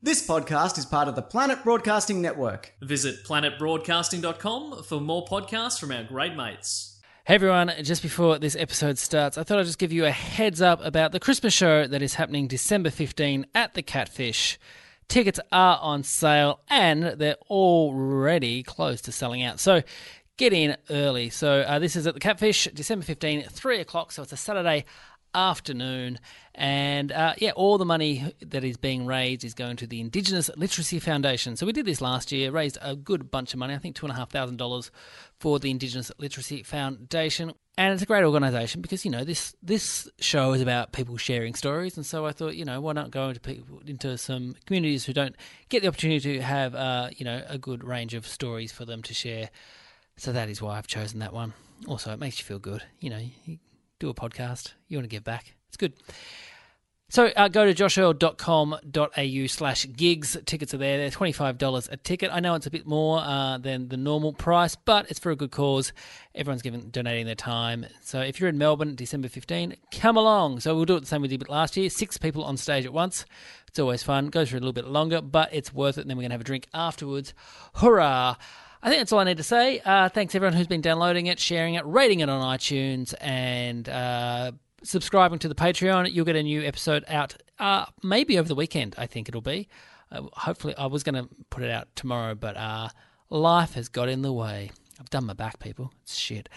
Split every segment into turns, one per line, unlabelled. This podcast is part of the Planet Broadcasting Network.
Visit planetbroadcasting.com for more podcasts from our great mates.
Hey everyone, just before this episode starts, I thought I'd just give you a heads up about the Christmas show that is happening December 15 at the Catfish. Tickets are on sale and they're already close to selling out. So get in early. So uh, this is at the Catfish, December 15, 3 o'clock. So it's a Saturday afternoon. And uh, yeah, all the money that is being raised is going to the Indigenous Literacy Foundation. So we did this last year, raised a good bunch of money, I think $2,500 for the Indigenous Literacy Foundation. And it's a great organisation because you know this this show is about people sharing stories, and so I thought you know why not go into people into some communities who don't get the opportunity to have uh, you know a good range of stories for them to share. So that is why I've chosen that one. Also, it makes you feel good. You know, you do a podcast, you want to give back. It's good. So uh, go to joshearl.com.au slash gigs. Tickets are there. They're $25 a ticket. I know it's a bit more uh, than the normal price, but it's for a good cause. Everyone's giving, donating their time. So if you're in Melbourne, December 15, come along. So we'll do it the same we did last year. Six people on stage at once. It's always fun. Goes for a little bit longer, but it's worth it. And then we're going to have a drink afterwards. Hurrah! I think that's all I need to say. Uh, thanks everyone who's been downloading it, sharing it, rating it on iTunes, and uh, subscribing to the Patreon. You'll get a new episode out uh, maybe over the weekend. I think it'll be. Uh, hopefully, I was going to put it out tomorrow, but uh, life has got in the way. I've done my back, people. It's shit.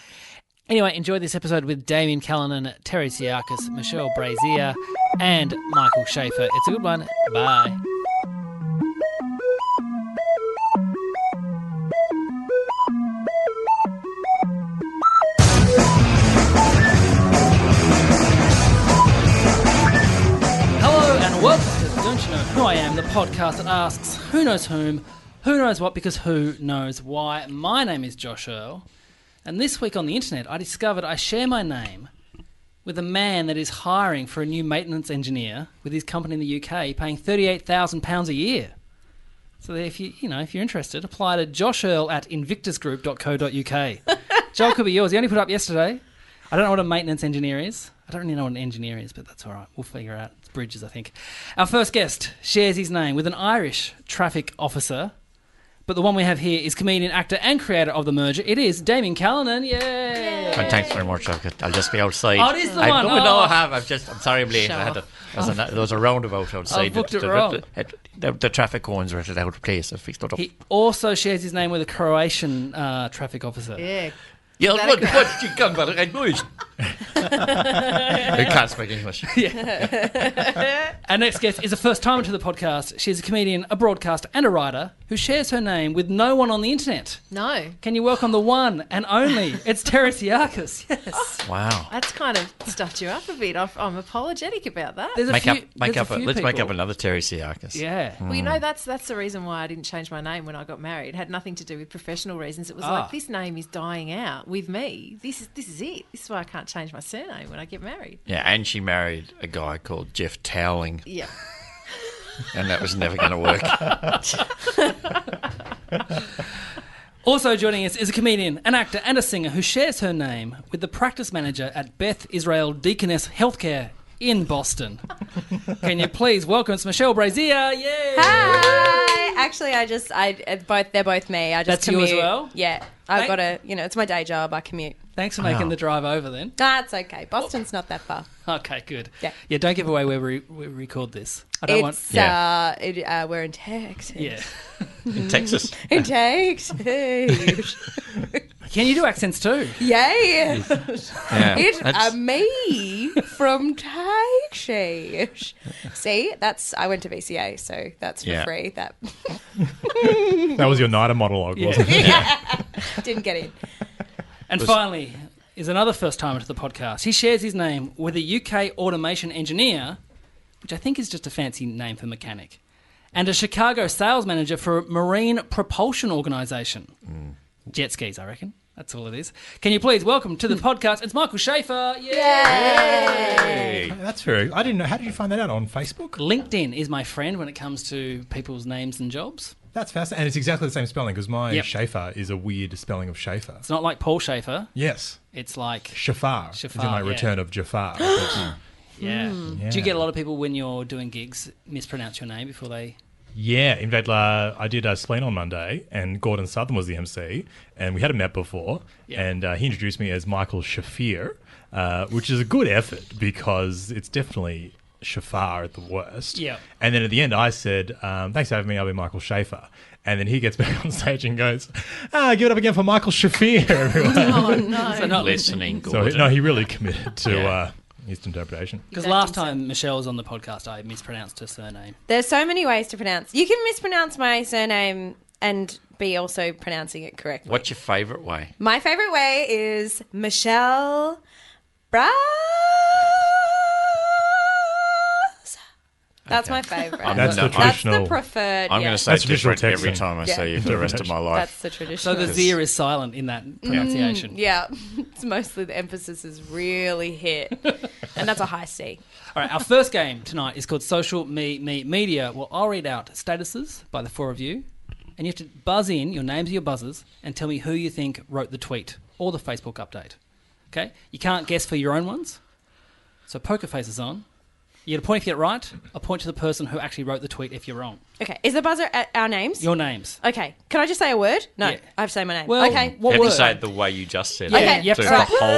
Anyway, enjoy this episode with Damien Callanan, Terry Siakis, Michelle Brazier, and Michael Schaefer. It's a good one. Bye. Hello and welcome to the Don't You Know Who I Am, the podcast that asks who knows whom, who knows what, because who knows why. My name is Josh Earl, and this week on the internet I discovered I share my name with a man that is hiring for a new maintenance engineer with his company in the UK, paying £38,000 a year. So if you you know if you're interested, apply to Josh Earl at invictusgroup.co.uk. Job could be yours. He only put up yesterday. I don't know what a maintenance engineer is. I don't really know what an engineer is, but that's all right. We'll figure it out. It's bridges, I think. Our first guest shares his name with an Irish traffic officer, but the one we have here is comedian, actor, and creator of the merger. It is Damien Callanan. Yay!
And thanks very much. I've got- I'll just be outside.
Oh, it is the
I,
one.
No, no,
Oh.
I have. I've just. I'm sorry, I'm late. I had a, there, was a, there was a roundabout outside.
Oh, booked it
the,
wrong.
The, the, the traffic cones were at an out of place. I fixed it up.
He also shares his name with a Croatian uh, traffic officer.
Yeah.
yeah, what, what you come by the right noise? I can't speak English.
Our next guest is a first timer to the podcast. She's a comedian, a broadcaster, and a writer who shares her name with no one on the internet.
No.
Can you welcome the one and only? It's Teresiakis. Yes.
Wow.
That's kind of stuffed you up a bit. I've- I'm apologetic about that.
There's a
Make
few,
up. Make
there's a
up. A,
few
let's make
people.
up another Terry Siakis.
Yeah.
well, you know, that's that's the reason why I didn't change my name when I got married. It had nothing to do with professional reasons. It was
Ah.
like this name is dying out with me. This is this is it. This is why I can't change my surname when I get married.
Yeah, and she married a guy called Jeff Towling,
Yeah.
and that was never going to work.
Also joining us is a comedian, an actor, and a singer who shares her name with the practice manager at Beth Israel Deaconess Healthcare in Boston. Can you please welcome it's Michelle Brazier? Yay!
Hi. Actually, I just I it- both they're both me. I just
That's you
commute.
as well?
Yeah, I've
Hey.
got a you know it's my day job. I commute.
Thanks for making
Wow.
the drive over then.
That's okay.
Oh.
Boston's not that far.
Okay, good.
Yeah.
Yeah, don't give away where we, we record this. I don't want.
It's
Yeah.
uh, it, uh, we're in Texas.
Yeah.
In Texas.
In Texas.
Can you do accents too?
Yay!
Yeah.
It's
That's-
a me uh, from Texas. See, that's I went to VCA, so that's for
Yeah.
free. That
that was your NIDA monologue, wasn't it?
didn't get in.
And finally, is another first timer to the podcast. He shares his name with a UK automation engineer which I think is just a fancy name for mechanic, and a Chicago sales manager for a marine propulsion organization. Jet skis, I reckon. That's all it is. Can you please welcome to the
Hmm.
podcast? It's Michael Schaefer.
That's very. I didn't know. How did you find that out on Facebook?
LinkedIn is my friend when it comes to people's names and jobs.
That's fascinating. And it's exactly the same spelling because my
Yep.
Schaefer is a weird spelling of Schaefer.
It's not like Paul Schaefer.
Yes,
It's like
Shafar.
Shafar,
Shafar my
yeah.
return of Jafar. But-
yeah. Do
Yeah.
you get a lot of people when you're doing gigs mispronounce your name before they?
yeah, in fact, uh, I did a spleen on Monday, and Gordon Southern was the MC, and we hadn't met before,
Yeah.
and uh, he introduced me as Michael Shafir, uh, which is a good effort because it's definitely Shafar at the worst.
Yeah.
And then at the end, I said, um, "Thanks for having me. I'll be Michael Schaefer." And then he gets back on stage and goes, "Ah, give it up again for Michael Shafir, everyone."
So not
Listening,
So
Gordon.
no, he really committed to
Yeah.
uh, his interpretation.
Because last time Michelle was on the podcast, I mispronounced her surname.
There's so many ways to pronounce. You can mispronounce my surname and be also pronouncing it correctly.
What's your favourite way?
My favorite way is Michelle Bras. That's my favorite.
I'm
That's
No,
the
I-
That's
traditional.
the preferred.
I'm
yeah.
going to say
That's traditional
different every
Texan.
time I see you for the rest of my life.
That's the traditional.
So the Z is silent in that pronunciation.
yeah, it's mostly the emphasis is really hit, and that's a high C.
All right, our first game tonight is called Social Me Me Media. Well, I'll read out statuses by the four of you, and you have to buzz in your names or your buzzers and tell me who you think wrote the tweet or the Facebook update. Okay, you can't guess for your own ones, so poker faces on. You get a point if you get it right. A point to the person who actually wrote the tweet if you're wrong.
Okay, is the buzzer at our names?
Your names.
okay, can I just say a word? No,
Yeah.
I have to say my name.
Well,
okay,
what
you have
word?
to say it the way you just said
Yeah,
it.
you have
Do
to
the
say-
whole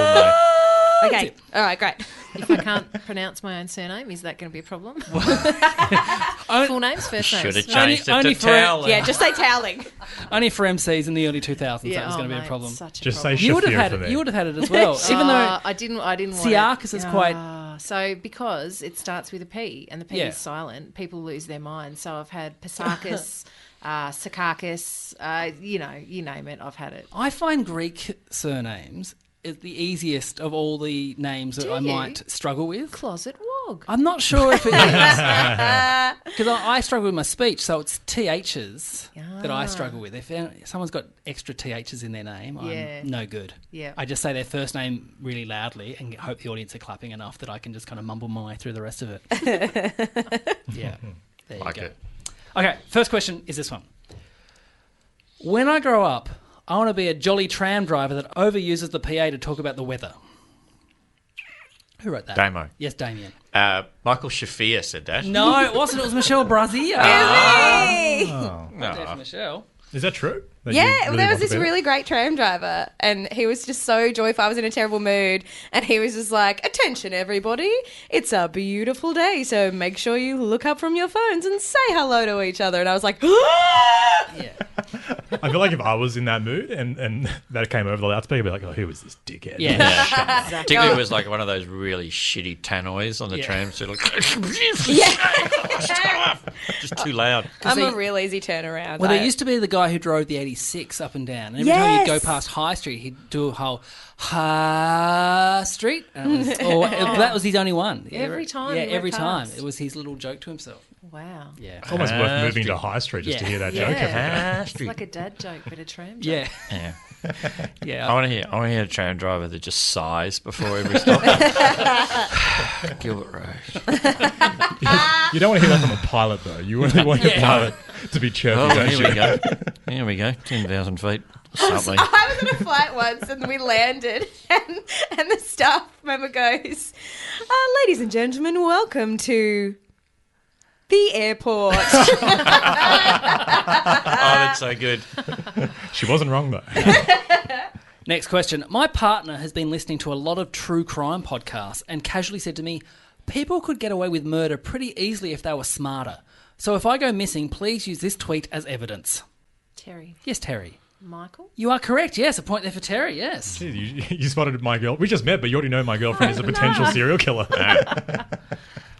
name.
okay, all right, great.
If I can't pronounce my own surname, is that going to be a problem? Full names, first names.
Should have
Only-
changed it
only
to
for-
towel.
Yeah, just say toweling.
Only for MCs in the early 2000s, that was
oh,
going to be a
mate,
problem.
such a
Just say
problem.
You would have
Shafir
had
for
it.
me.
You would have had it as well, even though
Uh, I didn't. I didn't. want it.
Siakis is quite-
Ah, so because it starts with a P and the P
Yeah.
is silent. People lose their mind. So I've had Pisakis, uh, Sakakis. Uh, you know, you name it. I've had it.
I find Greek surnames is the easiest of all the names that
Do
I
you?
might struggle with.
Closet wog.
I'm not sure if it is. Because I, I struggle with my speech, so it's THs that I struggle with. If uh, someone's got extra THs in their name,
Yeah.
I'm no good.
Yeah.
I just say their first name really loudly and hope the audience are clapping enough that I can just kind of mumble my way through the rest of it. yeah. There you
Like
go.
it.
Okay, first question is this one. When I grow up, I want to be a jolly tram driver that overuses the PA to talk about the weather. Who wrote that?
Damo.
Yes, Damien.
Uh, Michael Shafir said that.
No, it wasn't. It was Michelle Brazier.
Ah.
No.
Michelle.
Is that true? That you
Yeah,
really
there was
want to
this
be
really great tram driver, and he was just so joyful. I was in a terrible mood, and he was just like, "Attention, everybody! It's a beautiful day, so make sure you look up from your phones and say hello to each other." And I was like,
I feel like if I was in that mood and, and that came over the loudspeaker, I'd be like, oh, who is this dickhead?
Yeah.
Particularly if it was like one of those really shitty tannoys on the
Yeah.
tram. So like,
"Yeah."
just too loud.
I'm a real easy turnaround.
Well,
I-
there used to be the guy who drove the 86 up and down. And every time you'd go
Yes.
past High Street, he'd do a whole High Street. And it was, or, that was his only one.
Every time
Yeah,
you went
every time.
past.
It was his little joke to himself.
Wow.
Yeah.
It's almost worth moving to High Street just to
Yeah.
hear that
Yeah.
joke. every day.
It's like a dad joke, but a tram joke.
Yeah.
Yeah.
Yeah.
I want to hear. I want to hear a tram driver that just sighs before every stop. Gilbert Road.
You don't want to hear that from a pilot, though. You really want your pilot to be chirpy,
Oh,
don't
here we
you?
go. Here we go. Ten thousand feet. Something.
I was on a flight once and we landed, and, and the staff member goes, uh, Ladies and gentlemen, welcome to the airport.
Oh, that's so good.
She wasn't wrong, though.
Next question. My partner has been listening to a lot of true crime podcasts and casually said to me, People could get away with murder pretty easily if they were smarter. So if I go missing, please use this tweet as evidence.
Terry,
Yes, Terry.
Michael.
You are correct. Yes, a point there for Terry. Yes.
you, you spotted my girl. We just met, but you already know my girlfriend is a potential serial killer.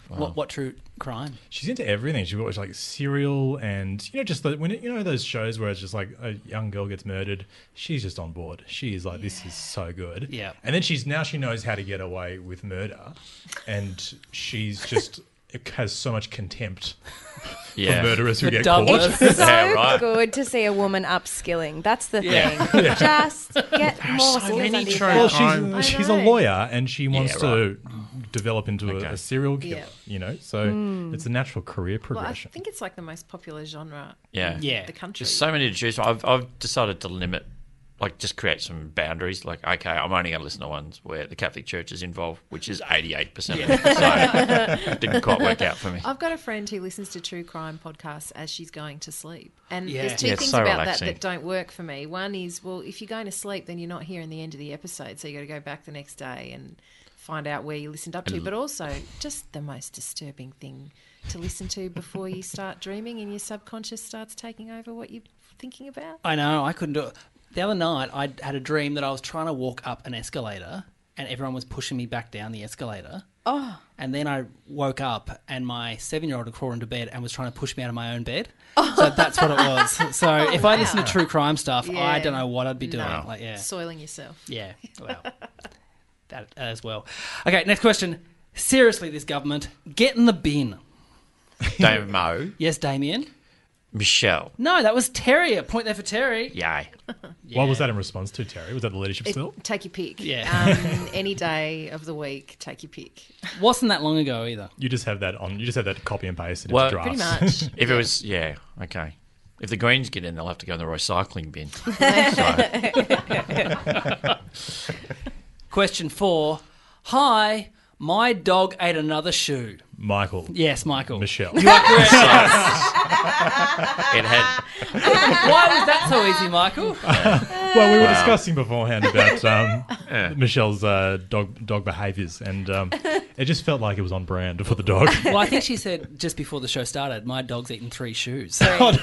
What, what true crime?
She's into everything. She watches like serial and you know just the, when it, you know those shows where it's just like a young girl gets murdered. She's just on board. She is like, this is so good.
Yeah.
And then she's now she knows how to get away with murder, and she's just has so much contempt
Yeah.
for murderers who
The
get
dumbest.
caught.
It's so
Yeah, right.
good to see a woman upskilling. That's the
Yeah.
thing.
Yeah.
Just get more
so
skills
many
under your
tropes.
Well,
belt.
she's,
I
she's a
know.
lawyer and she wants
Yeah,
to develop into a,
Okay.
a serial killer,
Yeah. Hmm.
you know? So it's a natural career
Well, I
progression.
think it's like the most popular genre.
Yeah.
Yeah.
The country.
Just so many to choose from. I've, I've decided to limit, like, just create some boundaries. Like, okay, I'm only going to listen to ones where the Catholic Church is involved, which is 88% of it. So it didn't quite work out for me.
I've got a friend who listens to true crime podcasts as she's going to sleep. And
Yeah.
there's two
Yeah, it's
things
so
about
relaxing.
that that don't work for me. One is, well, if you're going to sleep, then you're not hearing the end of the episode. So you got to go back the next day and find out where you listened up to. But also, just the most disturbing thing to listen to before you start dreaming and your subconscious starts taking over what you're thinking about.
I know, I couldn't do it. The other night, I had a dream that I was trying to walk up an escalator and everyone was pushing me back down the escalator. Oh. And then I woke up and my seven year old had crawled into bed and was trying to push me out of my own bed. So that's what it was. So if I listen to true crime stuff, I
Yeah.
don't know what I'd be doing.
No.
Like, yeah.
Soiling yourself.
Yeah, well, that as well. Okay, next question. Seriously, this government, get in the bin.
Don't mow.
Yes, Damien?
Michelle.
No, that was Terry. A point there for Terry.
Yay.
What was that in response to, Terry? Was that the leadership spill?
Take your pick.
Yeah.
Um, any day of the week, take your pick.
Wasn't that long ago either.
You just have that on. You just have that copy and paste and
Well,
it's drafts.
Pretty much.
If it was, yeah, okay. If the Greens get in, they'll have to go in the recycling bin. So,
Question four. Hi, my dog ate another shoe.
Michael,
Yes, Michael.
Michelle.
it had
Why was that so easy, Michael?
Well, we were discussing beforehand about um, Michelle's uh, dog dog behaviours, and um, it just felt like it was on brand for the dog.
Well, I think she said just before the show started, my dog's eaten three shoes.
Well,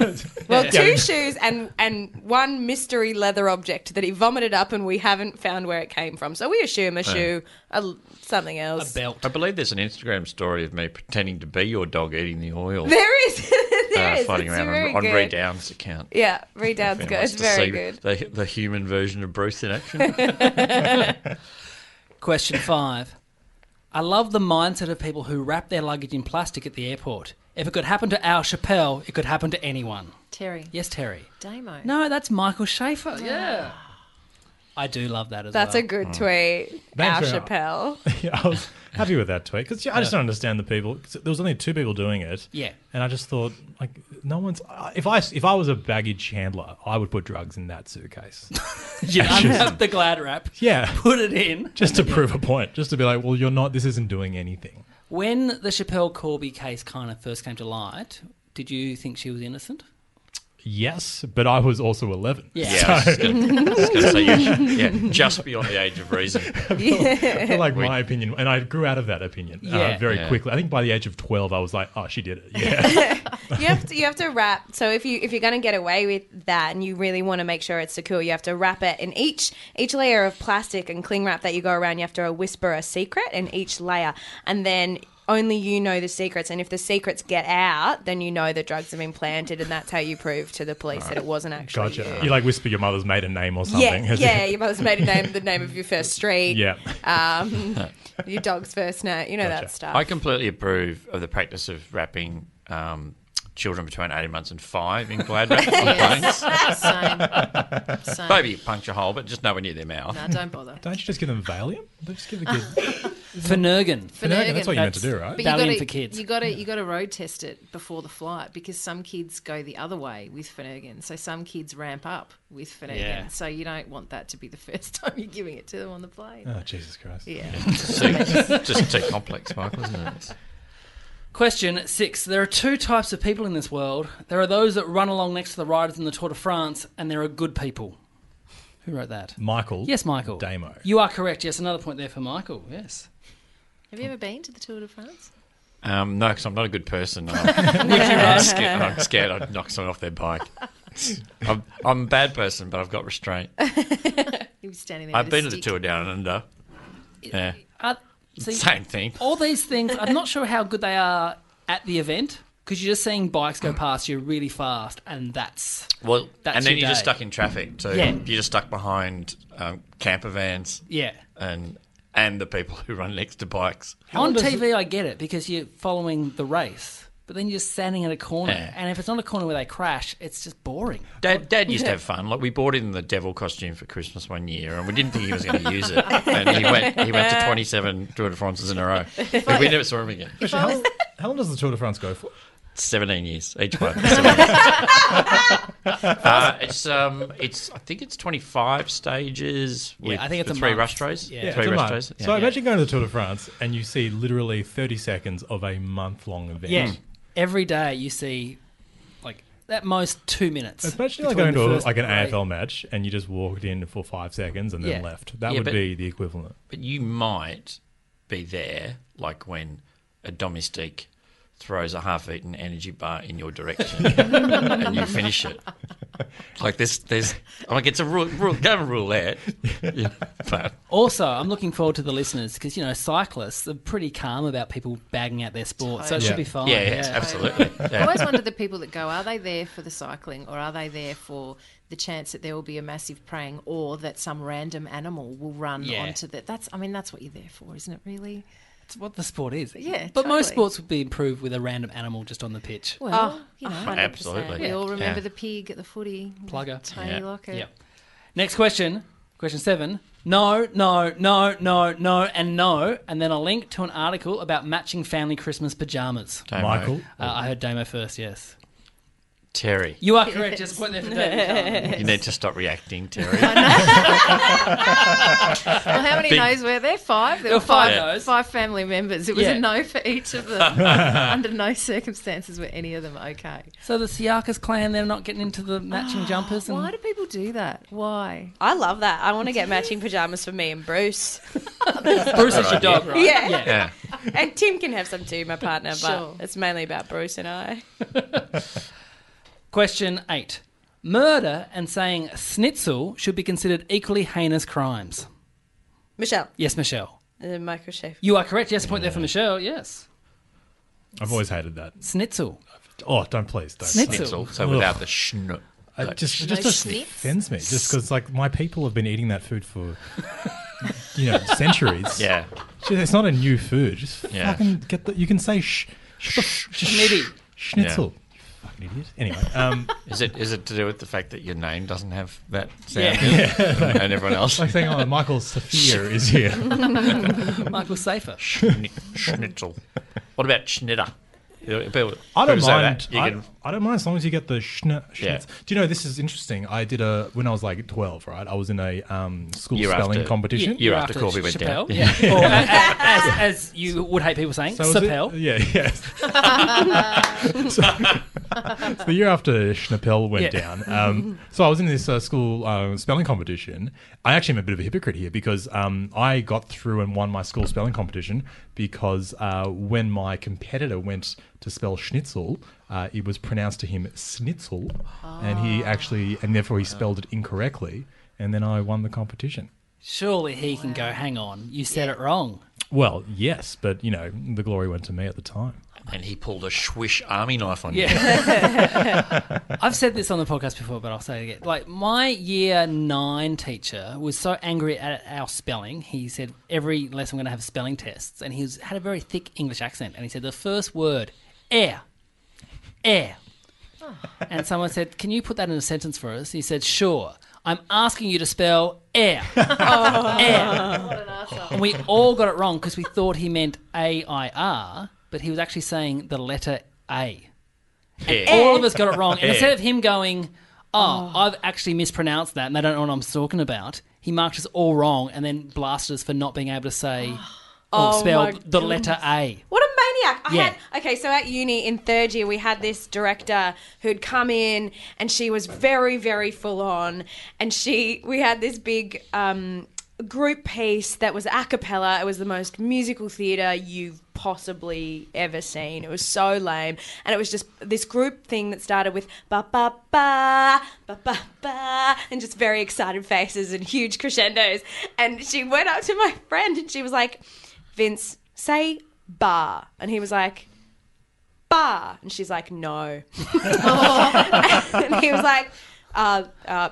two shoes and and one mystery leather object that he vomited up, and we haven't found where it came from. So we assume a shoe, a l something
A
else.
belt.
I believe there's an Instagram story of me pretending to be your dog eating the oil.
There is, there
uh,
is.
floating
It's
around
very
on, on
good.
Ray Down's account.
Yeah, redown's
If
good.
anyone
It's
wants
very
to
good.
see The, the human version of Bruce in action.
Question five. I love the mindset of people who wrap their luggage in plastic at the airport. If it could happen to Al Chappelle, it could happen to anyone.
Terry.
Yes, Terry.
Damo.
No, that's Michael Schaefer. Yeah. I do love that as
That's
well.
a
Mm.
good tweet, Al
Thanks very much.
Chappelle.
yeah, I was happy with that tweet because yeah, I just don't understand the people. 'cause there was only two people doing it.
Yeah.
and I just thought like no one's. I- If I if I was a baggage handler, I would put drugs in that suitcase.
yeah, unwrap the glad wrap.
yeah,
Put it in.
just to prove a point, just to be like, well, you're not. This isn't doing anything.
When the Chappelle Corby case kind of first came to light, did you think she was innocent?
Yes, but I was also eleven.
Yeah, I was just gonna- I was gonna say you should- yeah, just beyond the age of reason.
I feel like my opinion, and I grew out of that opinion
Yeah.
uh, very
Yeah.
quickly. I think by the age of twelve, I was like, "Oh, she did it." Yeah,
you have to you have to wrap so if you if you're going to get away with that and you really want to make sure it's secure you have to wrap it in each each layer of plastic and cling wrap that you go around you have to whisper a secret in each layer and then only you know the secrets and if the secrets get out then you know the drugs have been planted and that's how you prove to the police that it wasn't actually
gotcha.
you.
You like whisper your mother's maiden name or
Yeah,
something.
yeah, your mother's maiden name, the name of your first street,
yeah.
your dog's first name, you know that
Gotcha.
stuff.
I completely approve of the practice of wrapping um, children between 18 months and 5 in glad wrap on planes.
Same. Same.
Maybe you punch a hole, but just nowhere near their mouth.
No, don't bother.
Don't you just give them Valium? Don't just give the kid.
Finergan.
Finurgan, that's what you meant to
That's-
do, right?
Valium
gotta,
for kids.
You got to you got to road test it before the flight because some kids go the other way with Finurgan. So some kids ramp up with Finurgan.
Yeah.
So you don't want that to be the first time you're giving it to them on the plane.
Oh, Jesus Christ.
yeah.
It's just too complex, Michael, isn't it?
Question six. There are two types of people in this world. There are those that run along next to the riders in the Tour de France, and there are good people. Who wrote that?
Michael.
Yes, Michael.
Damo.
You are correct. Yes, another point there for Michael. Yes.
Have you ever been to the Tour de France?
Um, no, because I'm not a good person. I'm, I'm, scared, I'm scared I'd knock someone off their bike. I'm, I'm a bad person, but I've got restraint.
You were standing there.
I've
with a
been to the
stick.
tour down under. Yeah,
Uh, see,
same thing.
all these things, I'm not sure how good they are at the event because you're just seeing bikes go past you really fast, and that's
Well,
That's
and then
your
you're just
day.
stuck in traffic. So
Yeah.
you're just stuck behind um, camper vans
yeah.
and and the people who run next to bikes.
on TV, I get it because you're following the race, but then you're just standing at a corner,
Yeah.
and if it's not a corner where they crash, it's just boring.
Dad, Dad used to have fun. Like we bought him the devil costume for Christmas one year, and we didn't think he was going to use it. And he went, he went to twenty-seven Tour de France's in a row. And we never saw him again.
Actually, how, long, how long does the Tour de France go for?
Seventeen years each one. uh, it's um, it's I think it's twenty-five stages. With
I think it's
the
a
three
month.
rush days.
Yeah.
Yeah,
three
it's a
rush
month.
days. Yeah.
So imagine going to the Tour de France and you see literally 30 seconds of a month long event.
Yeah, Mm. every day you see like at most two minutes.
It's Imagine like
between
going
the
to a,
first
like an
break.
AFL match and you just walked in for five seconds and then
Yeah.
left. That
Yeah,
would
but-
be the equivalent.
But you might be there, like when a domestique throws a half-eaten energy bar in your direction, and you finish it. Like there's, there's, I'm like it's a rule, rule don't rule that. Yeah, but
Also, I'm looking forward to the listeners because you know cyclists are pretty calm about people bagging out their sport, so it should be fine.
yeah, Oh, yeah, absolutely.
I
Yeah.
always wonder the people that go, are they there for the cycling or are they there for the chance that there will be a massive praying or that some random animal will run
Yeah.
onto the that's I mean, that's what you're there for, isn't it really?
It's what the sport is.
Yeah,
but most
totally.
sports would be improved with a random animal just on the pitch.
Well, Oh, you know,
absolutely.
We all
Yeah.
remember
Yeah.
the pig at the footy. with
Plugger.
Tony
Yeah.
Lockett.
Yep. Next question, question seven. No, no, no, no, no, and no, and then a link to an article about matching family Christmas pajamas.
Don't
Michael,
worry.
Uh, I heard Damo first. Yes,
Terry,
you are correct. Just point there for
Oh,
Damo.
you need to stop reacting, Terry.
Well, Oh, how many
Big-
no's were there? Five? There
were
were
five
five,
no's.
five, family members. It was
Yeah.
a no for each of them. Under no circumstances were any of them okay.
So the Siakas clan—they're not getting into the matching jumpers. And
Why do people do that? Why?
I love that. I want to get matching pajamas for me and Bruce.
Bruce is your dog, right?
Yeah.
yeah.
And Tim can have some too, my partner,
Sure.
but it's mainly about Bruce and I.
Question eight. Murder and saying schnitzel should be considered equally heinous crimes.
Michelle.
Yes, Michelle.
Uh, Michael Schaefer.
You are correct. Yes, point there for Michelle. Yes.
I've always hated that.
Schnitzel.
Oh, don't please, don't.
Snitzel.
Schnitzel. So without the schn.
I
like,
just, it
No
just, just
schnitz?
offends me. Just because, like, my people have been eating that food for, you know, centuries.
yeah.
Just- It's not a new food. Just
Yeah.
fucking get the. You can say sh, sh, sh
Maybe.
schnitzel. You fucking idiot. Anyway, um,
Is it is it to do with the fact that your name doesn't have that sound in it? and everyone else?
like saying, oh, Michael Sophia is here.
Michael Safer.
Schni- schnitzel. What about schnitter? You know, people-
I don't
people say
mind.
that. You
I,
can-
I don't mind as long as you get the schn.
Yeah.
schnitz. Do you know this is interesting? I did a when I was like twelve, right? I was in a um, school
Year
spelling
after.
competition.
Year after Corby went
Chappelle.
down.
Yeah. or, as, as, as you would hate people saying,
So was it-
Chappelle.
Yeah, yes. so, so the year after Schnappel went
Yeah.
down, um, so I was in this uh, school uh, spelling competition. I actually am a bit of a hypocrite here because um, I got through and won my school spelling competition because uh, when my competitor went to spell schnitzel, uh, it was pronounced to him snitzel, and he actually, and therefore he spelled it incorrectly, and then I won the competition.
Surely he can go, hang on, you said it wrong.
Well, yes, but you know the glory went to me at the time.
And he pulled a swish army knife on you.
Yeah. I've said this on the podcast before, but I'll say it again. Like, my year nine teacher was so angry at our spelling. He said, every lesson we're going to have spelling tests. And he was, had a very thick English accent. And he said, the first word, air, air. And someone said, can you put that in a sentence for us? He said, sure. I'm asking you to spell air. air. And we all got it wrong because we thought he meant A I R, but he was actually saying the letter A
Yeah.
all of us got it wrong. And instead of him going, oh, I've actually mispronounced that and they don't know what I'm talking about, he marked us all wrong and then blasted us for not being able to say or
Oh
spell
Oh my
the letter A.
What a maniac! I
Yeah.
had okay. So at uni in third year, we had this director who'd come in, and she was very, very full on. And she, we had this big um, group piece that was a cappella. It was the most musical theatre you've possibly ever seen. It was so lame, and it was just this group thing that started with ba ba ba ba ba ba, and just very excited faces and huge crescendos. And she went up to my friend, and she was like. Vince, say bar. And he was like, bar. And she's like, no. and he was like, uh, uh,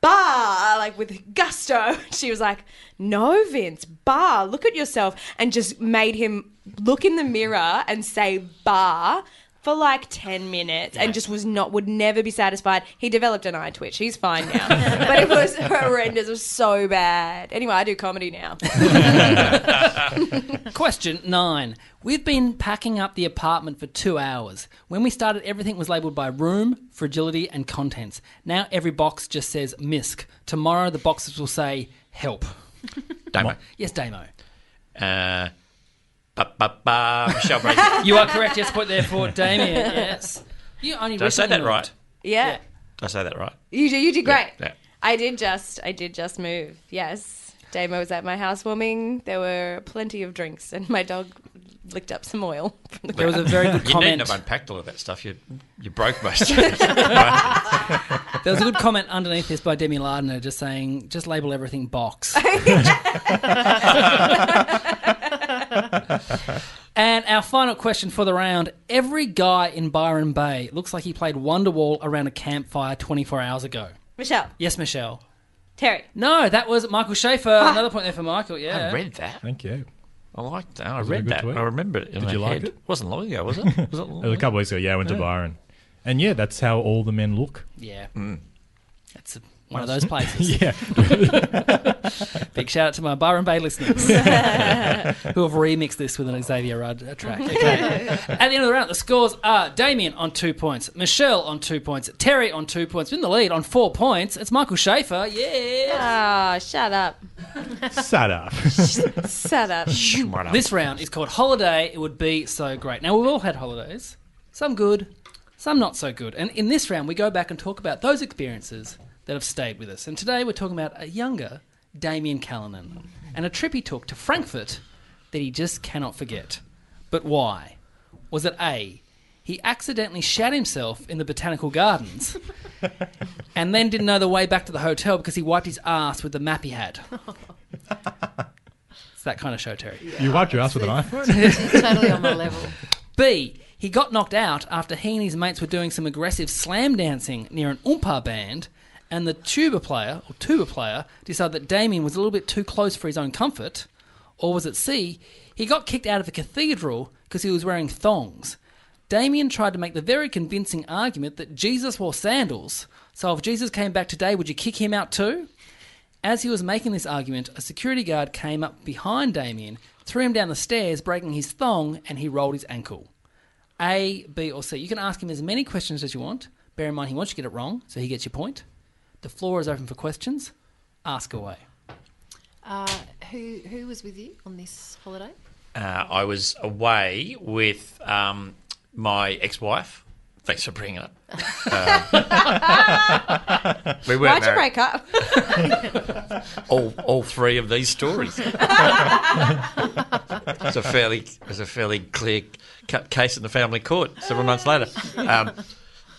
bar, like with gusto. She was like, no, Vince, bar, look at yourself. And just made him look in the mirror and say bar for like 10 minutes and just was not, would never be satisfied. He developed an eye twitch. He's fine now. but it was horrendous. It was so bad. Anyway, I do comedy now.
Question nine. We've been packing up the apartment for two hours. When we started, everything was labeled by room, fragility, and contents. Now every box just says MISC. Tomorrow the boxes will say help.
Damo.
Yes, Damo.
Uh, ba ba ba. Michelle Braden.
You are correct. Yes, point there for Damien. Yes. You only
Did I say
recently
that
moved.
right?
Yeah.
Did I say that right?
You did, you did great.
yeah.
I did just I did just move. Yes. Damo was at my housewarming. There were plenty of drinks and my dog licked up some oil from the
There was a very good
You
comment.
needn't have unpacked all of that stuff. You you broke most of it.
There was a good comment underneath this by Demi Lardner just saying, just label everything box. and our final question for the round. Every guy in Byron Bay looks like he played Wonderwall around a campfire 24 hours ago.
Michelle,
Yes, Michelle.
Terry.
No, that was Michael Schaefer. Another point there for Michael, yeah.
I read that.
Thank you.
I liked that. I
it a
read
good
that.
tweet?
I remember it. In
Did
my
you like
head.
it?
Wasn't long ago, was it? Was it long
It was a couple weeks ago. Yeah, I went to Byron, and yeah, that's how all the men look.
Yeah. That's a- one of those places.
Yeah,
Big shout out to my Byron Bay listeners who have remixed this with an Xavier Rudd uh, track. Okay. At the end of the round, the scores are Damien on two points, Michelle on two points, Terry on two points, in the lead on four points. It's Michael Schaefer. Yeah.
Ah, shut up.
sat up.
Shut up.
ago?
This round is called Holiday. It would be so great. Now, we've all had holidays, some good, some not so good. And in this round, we go back and talk about those experiences that have stayed with us. And today, we're talking about a younger Damien Callanan and a trip he took to Frankfurt that he just cannot forget. But why? Was it A? He accidentally shat himself in the botanical gardens and then didn't know the way back to the hotel because he wiped his ass with the map he had. it's that kind of show, Terry.
You wiped your ass with an iPhone.
totally on my level.
B. He got knocked out after he and his mates were doing some aggressive slam dancing near an Oompa band, and the tuba player or tuba player decided that Damien was a little bit too close for his own comfort. Or was it C? He got kicked out of a cathedral because he was wearing thongs. Damien tried to make the very convincing argument that Jesus wore sandals, so if Jesus came back today, would you kick him out too? As he was making this argument, a security guard came up behind Damien, threw him down the stairs, breaking his thong, and he rolled his ankle. A, B, or C. You can ask him as many questions as you want. Bear in mind, he wants you to get it wrong, so he gets your point. The floor is open for questions. Ask away.
Uh, who who was with you on this holiday?
Uh, I was away with um, my ex-wife. Thanks for bringing it up. Um, we were
Uh, Why'd you
married.
break up?
all, all three of these stories. it's a fairly it's a fairly clear cut case in the family court several months later. Um,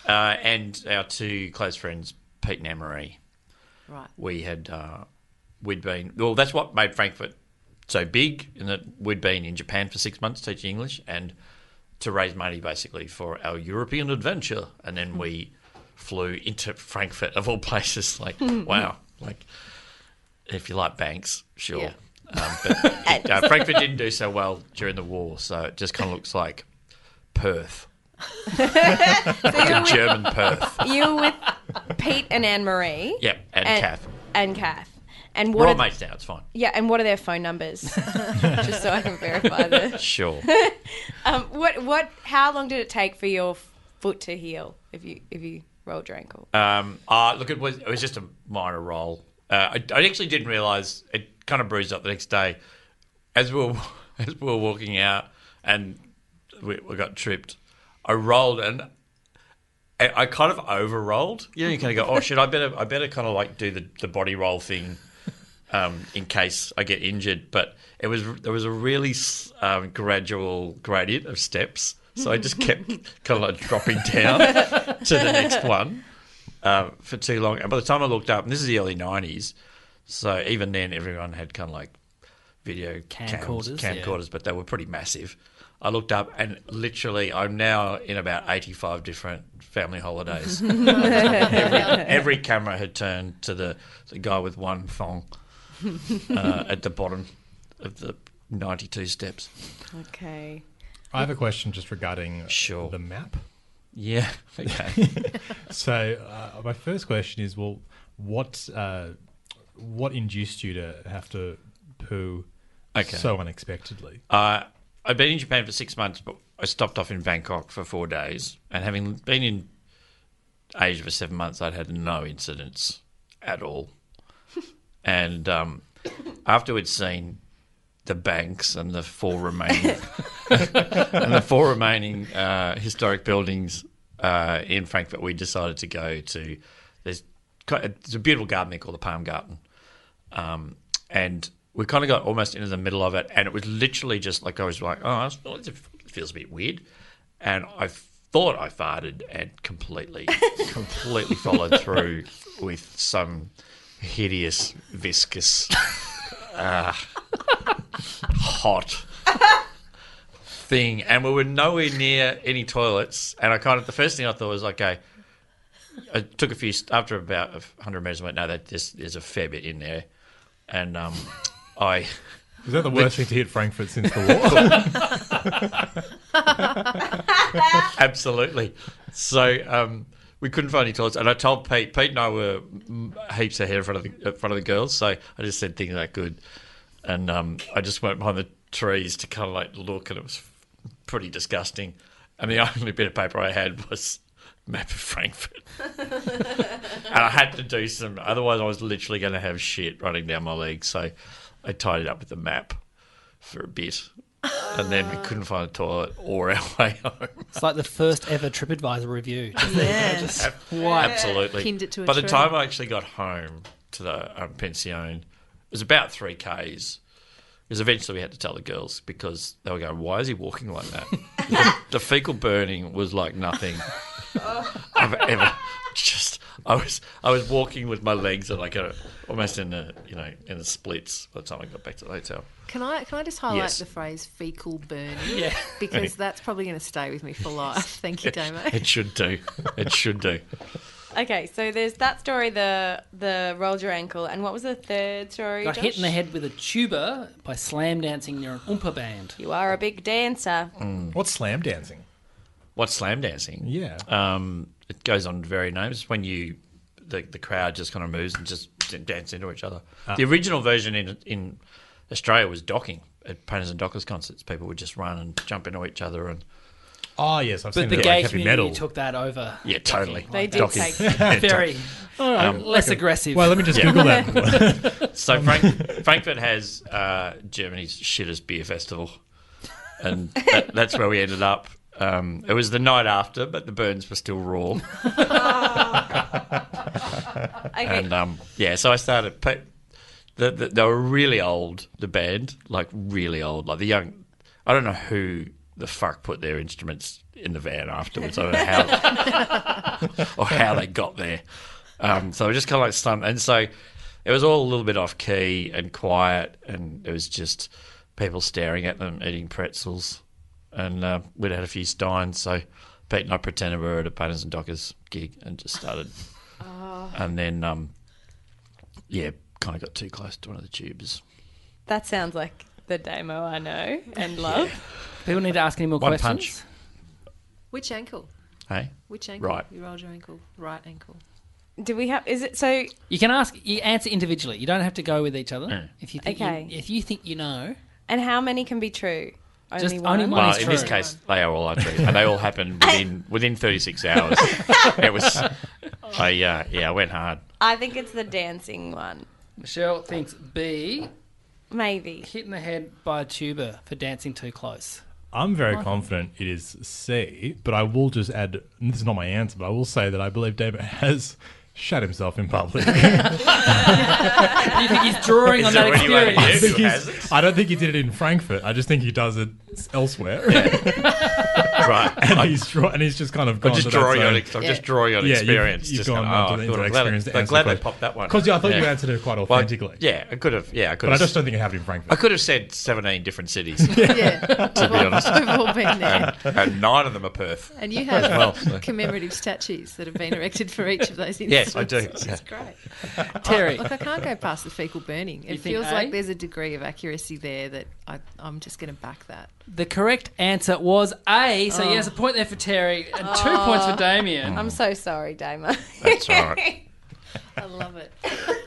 uh, and our two close friends, Pete and Anne-Marie,
Right.
we had uh, we'd been well. That's what made Frankfurt so big, in that we'd been in Japan for six months teaching English and to raise money basically for our European adventure, and then we flew into Frankfurt of all places. Like wow, like if you like banks, sure.
Yeah.
Um, but uh, Frankfurt didn't do so well during the war, so it just kind of looks like Perth, like a German Perth.
you were with Pete and Anne Marie.
Yep, and, Kath.
And Kath. And
We're
what
all
are
mates now. It's fine.
yeah, and what are their phone numbers? Just so I can verify this.
Sure.
Um, what what how long did it take for your foot to heal if you if you rolled your ankle?
Um, uh, look, it was it was just a minor roll. Uh, I, I actually didn't realise it kind of bruised up the next day as we were as we were walking out and we, we got tripped. I rolled and I, I kind of over rolled. You know, you kind of go, oh shit, I better I better kind of like do the, the body roll thing um, in case I get injured. But it was there was a really s- um, gradual gradient of steps, so I just kept kind of like dropping down to the next one um, for too long. And by the time I looked up, and this is the early '90s, so even then everyone had kind of like video cams,
Camcorders, yeah.
camcorders, but they were pretty massive. I looked up and literally I'm now in about 85 different family holidays. every, every camera had turned to the, the guy with one thong uh, at the bottom of the 92 steps.
Okay.
I have a question just regarding uh,
Sure.
the map.
Yeah. Okay.
So uh, my first question is, well, what uh, what induced you to have to poo
Okay.
so unexpectedly?
Uh, I've been in Japan for six months, but I stopped off in Bangkok for four days. And having been in Asia for seven months, I'd had no incidents at all. and um, after we'd seen the banks and the four remaining and the four remaining uh, historic buildings uh, in Frankfurt, we decided to go to. There's, quite- there's a beautiful garden there called the Palm Garden um, and we kind of got almost into the middle of it, and it was literally just like I was like, oh, that's- well, it feels a bit weird, and I thought I farted and completely, completely followed through with some hideous viscous, uh, hot thing, and we were nowhere near any toilets, and I kind of the first thing I thought was okay. I took a few after about a hundred meters. I went, no, that there's, there's a fair bit in there, and um, I
Is that the worst thing to hit Frankfurt since the war?
absolutely. So um, we couldn't find any toilets, and I told Pete. Pete and I were mm, heaps ahead in front of the in front of the girls, so I just said things like good, and um, I just went behind the trees to kind of like look, and it was pretty disgusting. And the only bit of paper I had was map of Frankfurt, and I had to do some. Otherwise, I was literally going to have shit running down my legs. So I tied it up with the map for a bit. And then we couldn't find a toilet or our way home.
It's like the first ever TripAdvisor review. Just there you go, just-
Absolutely.
Pinned it to a
By the
tree.
time I actually got home to the um, pension, it was about three k's. Because eventually we had to tell the girls because they were going, "Why is he walking like that?" the, the fecal burning was like nothing I've ever. Just I was I was walking with my legs at like a almost in a you know in the splits by the time I got back to the hotel.
Can I can I just highlight
Yes.
the phrase fecal burning? Yeah. Because that's probably going to stay with me for life. Thank you, Damo.
It should do. It should do.
Okay, so there's that story, the the rolled your ankle, and what was the third story?
Got hit in the
Josh?
head with a tuba by slam dancing near an oompa band.
You are a big dancer.
What's slam dancing?
What's slam dancing?
Yeah.
Um, it goes on very names It's when you the the crowd just kind of moves and just d- dance into each other. The original version in in Australia was docking at painters and dockers concerts. People would just run and jump into each other and
oh yes, I've seen
But the
it.
gay
like heavy
community
metal.
took that over.
yeah, totally.
They did
Docking.
take
Yeah,
Very less aggressive.
well, let me just
Yeah.
Google that.
So Frank, Frankfurt has uh, Germany's shittest beer festival, and that, that's where we ended up. Um, it was the night after, but the burns were still raw,
Okay,
and um, yeah. So I started. Pe- the, the, they were really old. The band, like really old, like the young. I don't know who the fuck put their instruments in the van afterwards. I don't know how or how they got there. Um, so it was just kind of like slump, and so it was all a little bit off key and quiet, and it was just people staring at them eating pretzels, and uh, we'd had a few steins. So Pete and I pretended we were at a Painters and Dockers gig and just started, and then um, yeah, kind of got too close to one of the tubes.
that sounds like the demo I know and love.
People need to ask any more
One
questions.
punch.
Which ankle?
Hey,
Which ankle?
Right.
You rolled your ankle. Right ankle.
Do we have? Is it so?
You can ask. You answer individually. You don't have to go with each other. If you think
Okay.
you, if you think you know,
And how many can be true? Only
Just
one.
only one.
Well,
It's
in this
true.
case, they are all untrue, and they all happened within within 36 hours. it was, I uh, yeah, I went hard.
I think it's the dancing one.
Michelle thinks B
Maybe.
hit in the head by a tuba for dancing too close.
I'm very confident it is C, but I will just add. and This is not my answer, but I will say that I believe David has shat himself in public.
Do you think he's drawing on
Is there
that
anyone
experience?
here who
He's-
has it?
I don't think he did it in Frankfurt. I just think he does it s- elsewhere.
Right.
and
I-
he's dra- and he's just kind of
I'm
gone
just
to that
drawing on.
zone.
ex- I'm just drawing on
Yeah, you've-
experience.
you've
just
gone
going,
on to the-
oh, I thought
into
I'm glad,
experience to
I'm
answer
glad
the
they
question.
popped that one.
'Cause, yeah, I thought you
Yeah.
answered it quite
Well,
authentically.
yeah, I could have. Yeah, I could.
But I
have
just don't think it happened in Frankfurt.
I could have said 17 different cities,
yeah,
to be honest.
we've all been there.
and, and nine of them are Perth.
And you have
well, so-
commemorative statues that have been erected for each of those
Yes,
incidents.
I do.
It's great.
Terry.
Look, I can't go past the fecal burning. It
think
feels
A?
like there's a degree of accuracy there that I, I'm just going to back that.
The correct answer was A. So yes, a point there for Terry and two points for
Oh.
Damien.
I'm so sorry, Damo.
That's all right.
I love it.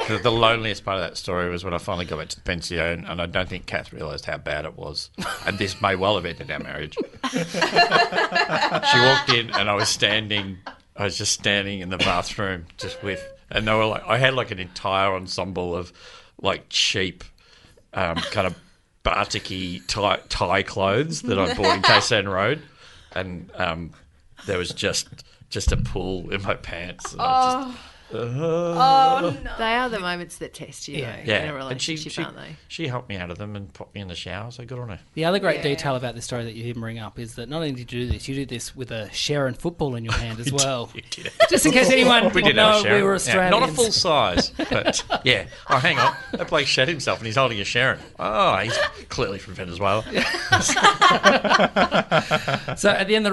The, the loneliest part of that story was when I finally got back to the pension, and I don't think Kath realised how bad it was. And this may well have ended our marriage. she walked in, and I was standing. I was just standing in the bathroom, just with, and they were like, I had like an entire ensemble of like cheap, um, kind of Barticky tie, tie clothes that I bought in Casein Road, and um, there was just just a pool in my pants. And I just,
They are the moments that test you, though, in a
and she,
relationship,
she,
aren't they?
she helped me out of them and popped me in the shower, so good on her.
The other great detail about this story that you didn't bring up is that not only did you do this, you did this with a Sharon football in your hand as well. Just in case anyone
We
didn't
did have
know
a Sharon.
we were
Yeah,
Australians.
not a full size, but yeah. Oh, hang on. That bloke shat himself and he's holding a Sharon. Oh, he's clearly from Venezuela.
So at the end of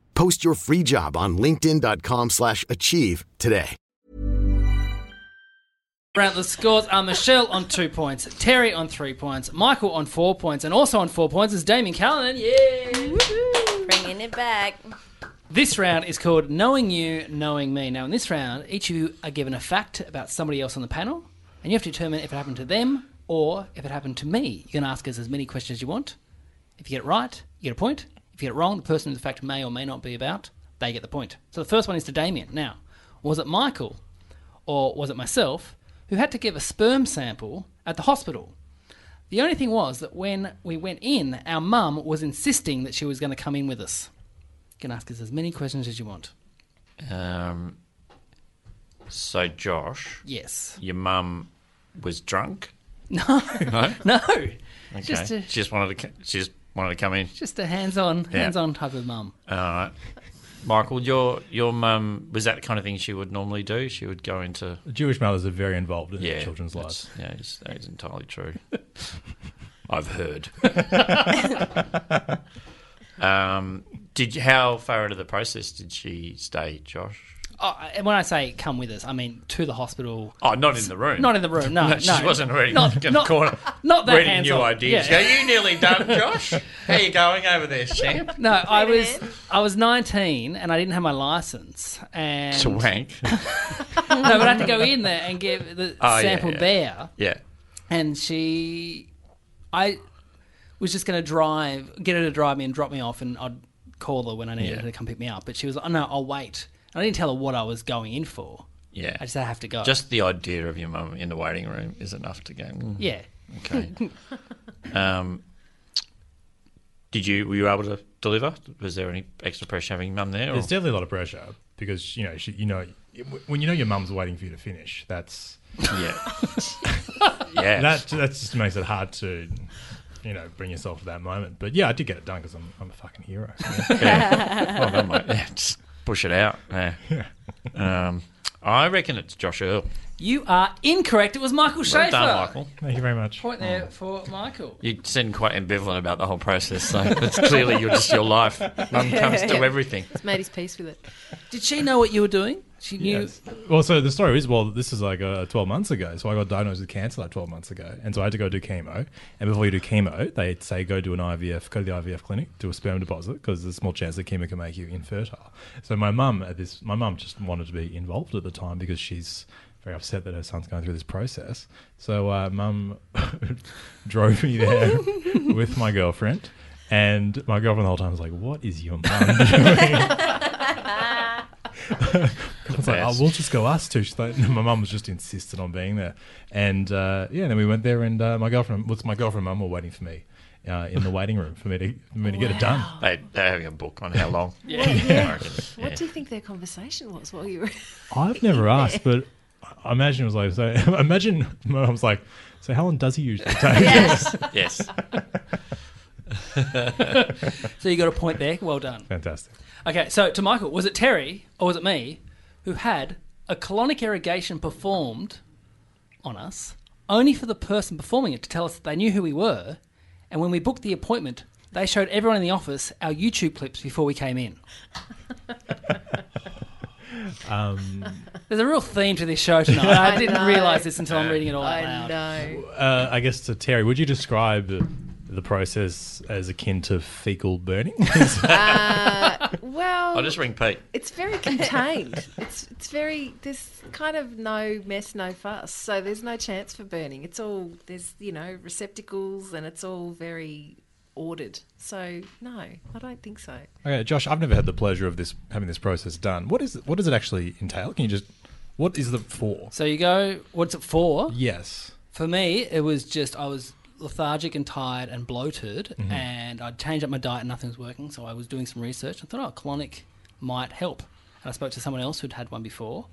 Post your free job on linkedin.com/achieve slash achieve today.
round, the scores are Michelle on two points, Terry on three points, Michael on four points, and also on four points is Damien Callanan. Yeah.
Bringing it back.
This round is called Knowing You, Knowing Me. Now, in this round, each of you are given a fact about somebody else on the panel, and you have to determine if it happened to them or if it happened to me. You can ask us as many questions as you want. If you get it right, you get a point. If you get it wrong, the person the fact may or may not be about, they get the point. So the first one is to Damien. Now, was it Michael or was it myself who had to give a sperm sample at the hospital? The only thing was that when we went in, our mum was insisting that she was going to come in with us. You can ask us as many questions as you want.
Um, so, Josh,
Yes.
your mum was drunk.
No.
Okay.
Just a
she just wanted to. c- She just wanted to come in.
just a hands-on, hands-on type of mum.
All right. Michael, your your mum was that the kind of thing she would normally do. She would go into
Jewish mothers are very involved in their children's
that's-
lives.
Yeah, it's, that is entirely true. I've heard. um, did you- how far into the process did she stay, Josh?
Oh, and when I say come with us, I mean to the hospital.
Oh, not in the room.
Not in the room. No, no.
she wasn't reading
Not-
in
not-
the corner.
not that
reading
hands-on.
new ideas.
Yeah.
Go, you nearly done, Josh. How you going over there, champ?
No, I was I was 19 and I didn't have my license, and
It's a wank.
no, but I had to go in there and give the
Oh, yeah,
sample
yeah.
there,
Yeah.
and she, I was just going to drive, get her to drive me and drop me off, and I'd call her when I needed
Yeah.
her to come pick me up. But she was like, oh, "No, I'll wait." And I didn't tell her what I was going in for.
Yeah.
I just said, "I have to go."
Just the idea of your mum in the waiting room is enough to go. "Mm,
yeah.
Okay. um, did you were you able to deliver? Was there any extra pressure having mum there? or-
There's definitely a lot of pressure because you know she, you know when you know your mum's waiting for you to finish. That's
Yeah. yeah.
that that just makes it hard to you know bring yourself to that moment. But yeah, I did get it done because I'm I'm a fucking hero.
Yeah. Well done, mate. Yeah, just push it out. Yeah. Um, I reckon it's Josh Earl.
You are incorrect. It was Michael Schaefer.
Well done, Michael. Mm.
Thank you very much.
Point there for Michael.
You seem quite ambivalent about the whole process, so it's clearly you're just your life. Mum comes to everything.
He's made his peace with it.
Did she know what you were doing? She knew.
Yes. Well, so the story is well, this is like uh, 12 months ago. So I got diagnosed with cancer like 12 months ago. And so I had to go do chemo. And before you do chemo, they say go do an IVF, go to the IVF clinic, do a sperm deposit because there's a small chance that chemo can make you infertile. So my mum at this, my mum just wanted to be involved at the time because she's very upset that her son's going through this process. So uh, mum drove me there with my girlfriend. And my girlfriend the whole time was like, "What is your mum doing?" I was like, oh, we'll just go us two. She's like, no, my mum was just insistent on being there, and uh, yeah, then we went there, and uh, my girlfriend, what's my girlfriend, and mum were waiting for me. Uh, in the waiting room for me to for me to get it done.
They, they're having a book on how long.
What, yeah. what do you think their conversation was while you were?
I've never asked, but I imagine it was like, so imagine I was like, so how long does he usually take?
Yes. Yes.
so you got a point there. Well done.
Fantastic.
Okay, so to Michael, was it Terry or was it me who had a colonic irrigation performed on us only for the person performing it to tell us that they knew who we were? And when we booked the appointment, they showed everyone in the office our YouTube clips before we came in.
Um,
There's a real theme to this show tonight. I, didn't realise this until I'm reading it all out
I
loud.
know.
uh, I guess to Terry, would you describe the, the process as akin to fecal burning?
Uh, well,
I'll just ring Pete.
It's very contained. it's it's very there's kind of no mess, no fuss. So there's no chance for burning. It's all there's you know receptacles and it's all very ordered. So no, I don't think so.
okay, Josh, I've never had the pleasure of this having this process done. What is what does it actually entail? Can you just what is the for?
So you go, what's it for?
Yes.
For me, it was just I was lethargic and tired and bloated,
Mhm.
and I'd changed up my diet and nothing was working. So I was doing some research. I thought, oh, colonic might help. And I spoke to someone else who'd had one before,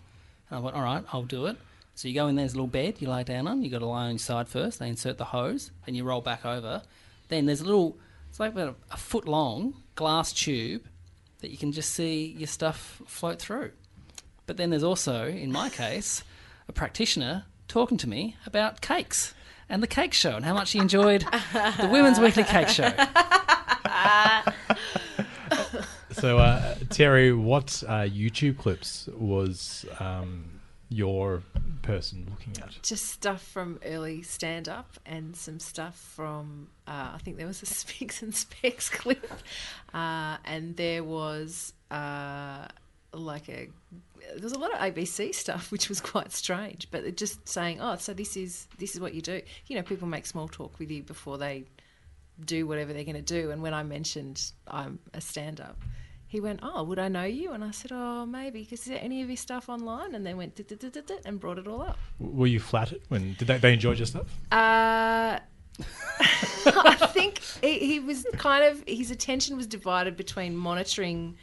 and I went, all right, I'll do it. So you go in there's a little bed you lie down on. You got to lie on your side first. They insert the hose, and you roll back over. Then there's a little, it's like about a, a foot long glass tube that you can just see your stuff float through. But then there's also, in my case, a practitioner talking to me about cakes and the cake show and how much she enjoyed the Women's Weekly Cake Show.
So uh, Terry, what uh, YouTube clips was um, your person looking at?
Just stuff from early stand up and some stuff from, uh, I think there was a Spinks and Specs clip. Uh, and there was uh, like a, there was a lot of ABC stuff, which was quite strange, but it just saying, oh, so this is, this is what you do. You know, people make small talk with you before they do whatever they're going to do. And when I mentioned I'm a stand up, he went, Oh, would I know you? And I said, Oh, maybe, because is there any of your stuff online? And they went, "Duh, duh, duh, duh, duh," and brought it all up.
Were you flattered when did they, they enjoy your stuff?
Uh, I think he, he was kind of his attention was divided between monitoring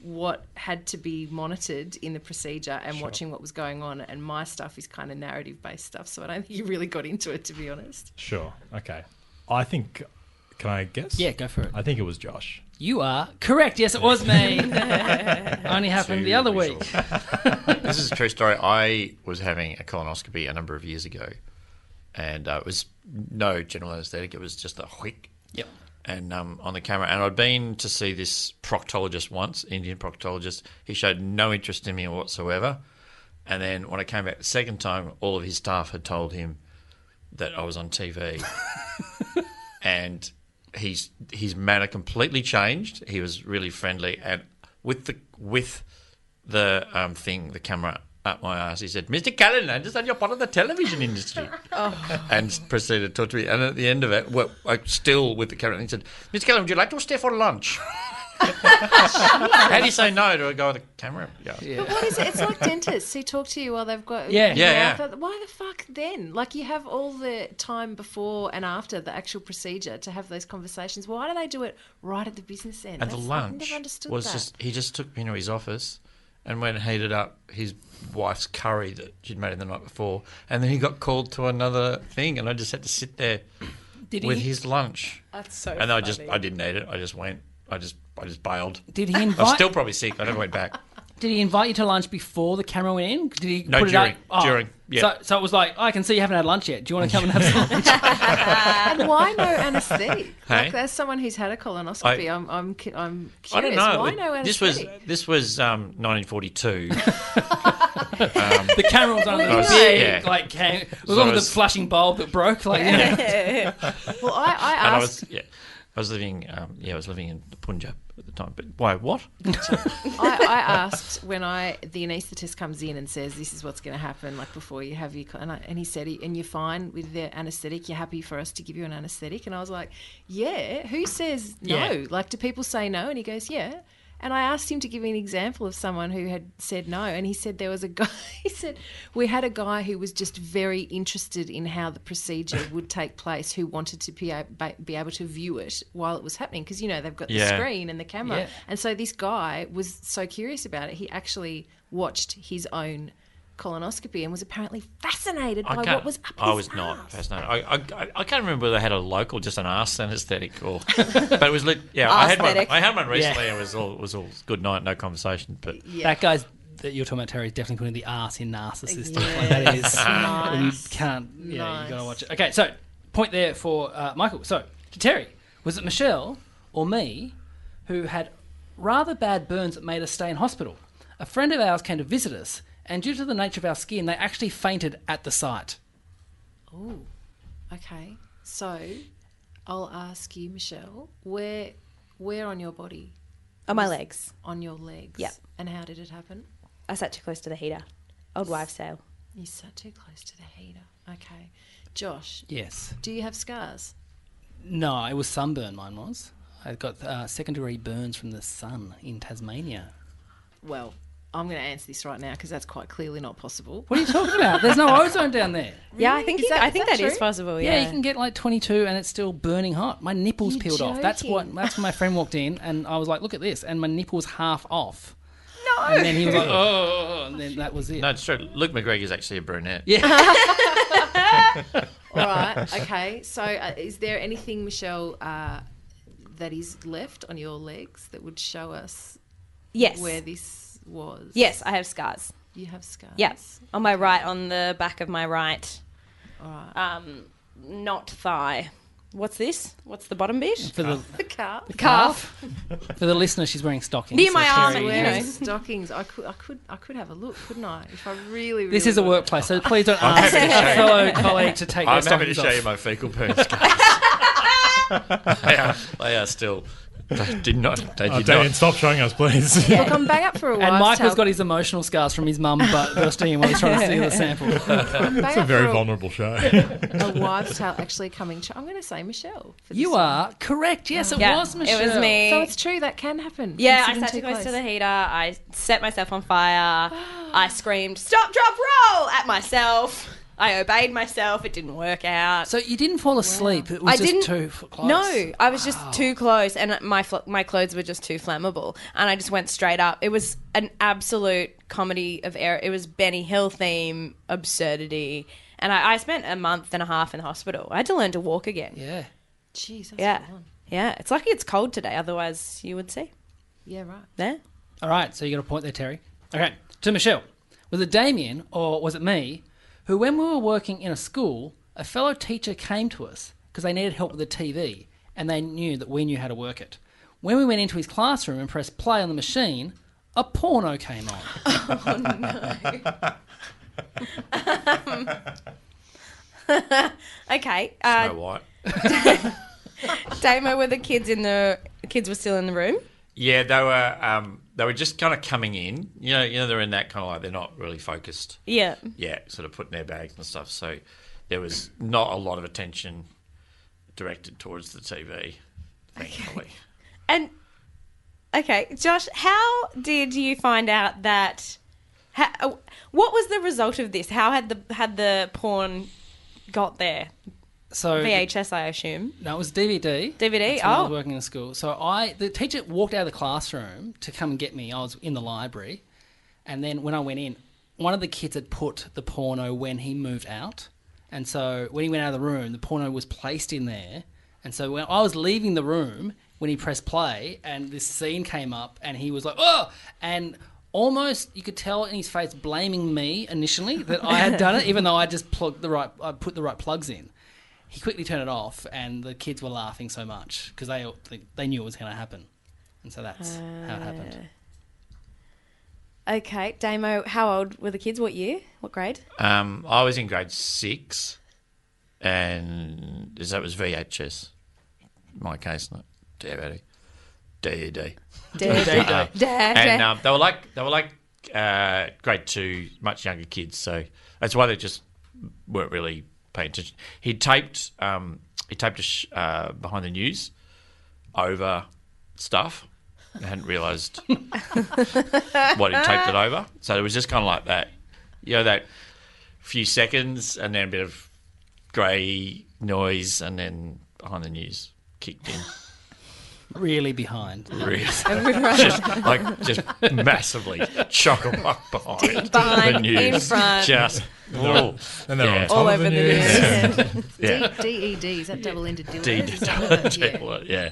what had to be monitored in the procedure and
Sure.
watching what was going on. And my stuff is kind of narrative based stuff, so I don't think he really got into it to be honest.
Sure. Okay. I think. Can I guess?
Yeah, go for it.
I think it was Josh.
You are correct. Yes, it was me. Only happened the other week.
this is a true story. I was having a colonoscopy a number of years ago, and uh, it was no general anaesthetic. It was just a quick.
Yep.
And um, on the camera, and I'd been to see this proctologist once, Indian proctologist. He showed no interest in me whatsoever. And then when I came back the second time, all of his staff had told him that I was on TV, and he's his manner completely changed. He was really friendly, and with the with the um, thing, the camera up my ass, he said, "Mr. Callan, I understand you're part of the television industry," and proceeded to talk to me. And at the end of it, well, I, still with the camera, he said, "Mr. Callan, would you like to stay for lunch?" How do you say no to a guy with a camera? Yeah.
But what is it? It's like dentists who talk to you while they've got
Yeah. Yeah,
mouth- Why the fuck then? Like you have all the time before and after the actual procedure to have those conversations. Why do they do it right at the business end?
And the
That's- I've
lunch
never understood
was
that.
just he just took me into his office and went and heated up his wife's curry that she'd made the night before, and then he got called to another thing, and I just had to sit there
Did
with
he?
his lunch.
That's so
And I just
funny.
I didn't eat it. I just went. I just I just bailed.
Did he
I was
invite-
still probably sick. I never went back.
Did he invite you to lunch before the camera went in? Did he
No,
put
during-
it up?
during, yeah.
So, so it was like, I can see you haven't had lunch yet. Do you want to come and have some lunch?
and why no anaesthetic?
Hey?
Like as someone who's had a colonoscopy, I, am I'm cu- I'm
I
curious.
don't know.
Why
It-
no
this was
anaesthetic?
this was um, 1942.
the camera was on the
I was-
big,
yeah.
like, cam- it was
So I
one of the
was-
flashing bulb that broke. Like, you know.
well, I, I
and I
asked
was yeah, I was living um, yeah, I was living in the Punjab at the time. But why? What?
I, I asked when I the anaesthetist comes in and says this is what's going to happen like before you have your co- and, I, and he said and you're fine with the anaesthetic you're happy for us to give you an anaesthetic and I was like yeah who says no
Yeah.
like do people say no and he goes yeah And I asked him to give me an example of someone who had said no. And he said there was a guy, he said, we had a guy who was just very interested in how the procedure would take place, who wanted to be, ab- be able to view it while it was happening. Because, you know, they've got the
Yeah.
screen and the camera.
Yeah.
And so this guy was so curious about it, he actually watched his own colonoscopy and was apparently fascinated by
can't-
what was up
I was not fascinated. I, I, I- I can't remember whether I had a local, just an arse anesthetic, or but it was lit. Yeah, I had one.
Aesthetic.
I had one recently.
Yeah.
and It was all it was all good night, no conversation. But
That guy's that you're talking about, Terry, is definitely putting the arse in narcissist. Like
Yeah.
that is
Nice.
you can't. Yeah,
Nice.
you gotta watch it. Okay, so point there for uh, Michael. So to Terry, was it Michelle or me who had rather bad burns that made us stay in hospital? A friend of ours came to visit us, and due to the nature of our skin, they actually fainted at the sight.
Oh, okay. So I'll ask you, Michelle, where where on your body?
On my
was-
legs.
On your legs.
Yep.
And how did it happen?
I sat too close to the heater. Old wives' tale.
You sat too close to the heater. Okay. Josh.
Yes.
Do you have scars?
No, it was sunburn. Mine was. I got uh, secondary burns from the sun in Tasmania.
Well, I'm going to answer this right now because that's quite clearly not possible.
What are you talking about? There's no ozone down there.
Yeah, I think you- I think that is
true?
possible,
Yeah, you can get like 22 and it's still burning hot. My nipples
You're
peeled off. That's what.
joking.
That's when my friend walked in and I was like, "Look at this!" And my nipple was half off.
No.
And then he was like, "Oh," and then that was it.
no, it's true. Luke McGregor's actually a brunette.
Yeah.
All right. Okay. So, uh, is there anything, Michelle, uh, that is left on your legs that would show us
Yes.
where this was?
Yes, I have scars.
You have scars.
Yes, on my right, on the back of my right.
All right.
Um, not thigh. What's this? What's the bottom bit?
For the-
The calf.
The calf.
For the listener, she's wearing stockings.
Near my arm,
Terry
I'm
Wearing
is-
stockings. I could, I could, I could have a look, couldn't I? If I really, really
This is a
wanted.
workplace, so please don't
I'm
ask
happy to
a
show you-
fellow colleague to take their
I'm happy to
stockings
show
off.
you my fecal burns. they, are, they are still. They did not. They did
Oh,
not.
Damien, stop showing us, please.
Look, I'm bang up for a while.
And Michael's got his emotional scars from his mum, but bursting him while he's trying to steal the sample.
Bang up for
show.
A wives' tale actually coming. Tr- I'm going to say Michelle. for this
You
one.
are correct. Yes, it
Yeah,
was
it
Michelle.
was me.
So it's true that can happen.
Yeah, I
Sitting
sat too close to the heater. I set myself on fire. I screamed, "Stop, drop, roll!" at myself. I obeyed myself. It didn't work out.
So you didn't fall asleep. It was
I
just
didn't.
too f- close.
No, I was just too close, and my fl- my clothes were just too flammable, and I just went straight up. It was an absolute comedy of error. It was Benny Hill theme absurdity, and I, I spent a month and a half in the hospital. I had to learn to walk again.
Yeah.
Jeez. That's
Yeah,
full on.
yeah. It's lucky it's cold today, otherwise you would see.
Yeah. Right.
There.
All right, so you got a point there, Terry. Okay, to Michelle. Was it Damien or was it me who, when we were working in a school, a fellow teacher came to us because they needed help with the TV and they knew that we knew how to work it. When we went into his classroom and pressed play on the machine, a porno came on.
Okay. Uh,
Snow White.
Damo, were the kids in the kids were still in the room?
Yeah, they were. Um, they were just kind of coming in. You know, you know, they're in that kind of like they're not really focused.
Yeah.
Yeah, sort of putting their bags and stuff. So there was not a lot of attention directed towards the TV. Thankfully,
And okay, Josh, how did you find out that? How, uh, what was the result of this? How had the had the porn got there?
So
VHS, I assume.
No, it was
DVD.
DVD. That's when I was
Oh,
working in school. So I, the teacher walked out of the classroom to come and get me. I was in the library, and then when I went in, one of the kids had put the porno when he moved out, and so when he went out of the room, the porno was placed in there, and so when I was leaving the room, when he pressed play, and this scene came up, and he was like, "Oh!" and Almost, you could tell in his face, blaming me initially that I had done it, even though I just plugged the right, I put the right plugs in he quickly turned it off, and the kids were laughing so much because they, they they knew it was going to happen, and so that's how it happened.
okay. Damo, how old were the kids? What year? What grade?
um, I was in grade six, and so that was VHS. My case, not DVD. DVD. Uh,
Dad.
and um, they were like they were like uh, grade two, much younger kids. So that's why they just weren't really paying attention. He taped um, he taped a sh- uh, behind the news over stuff, I hadn't realised what had taped it over. So it was just kind of like that, you know, that few seconds and then a bit of grey noise and then behind the news kicked in.
Really behind.
Really. just, like just massively chock a block behind,
Behind,
the news.
in front.
Just
And they're-
oh,
and they're on top
All over the news.
Yeah.
D E D is that double-ended dildo?
D-
Is that what that-
yeah.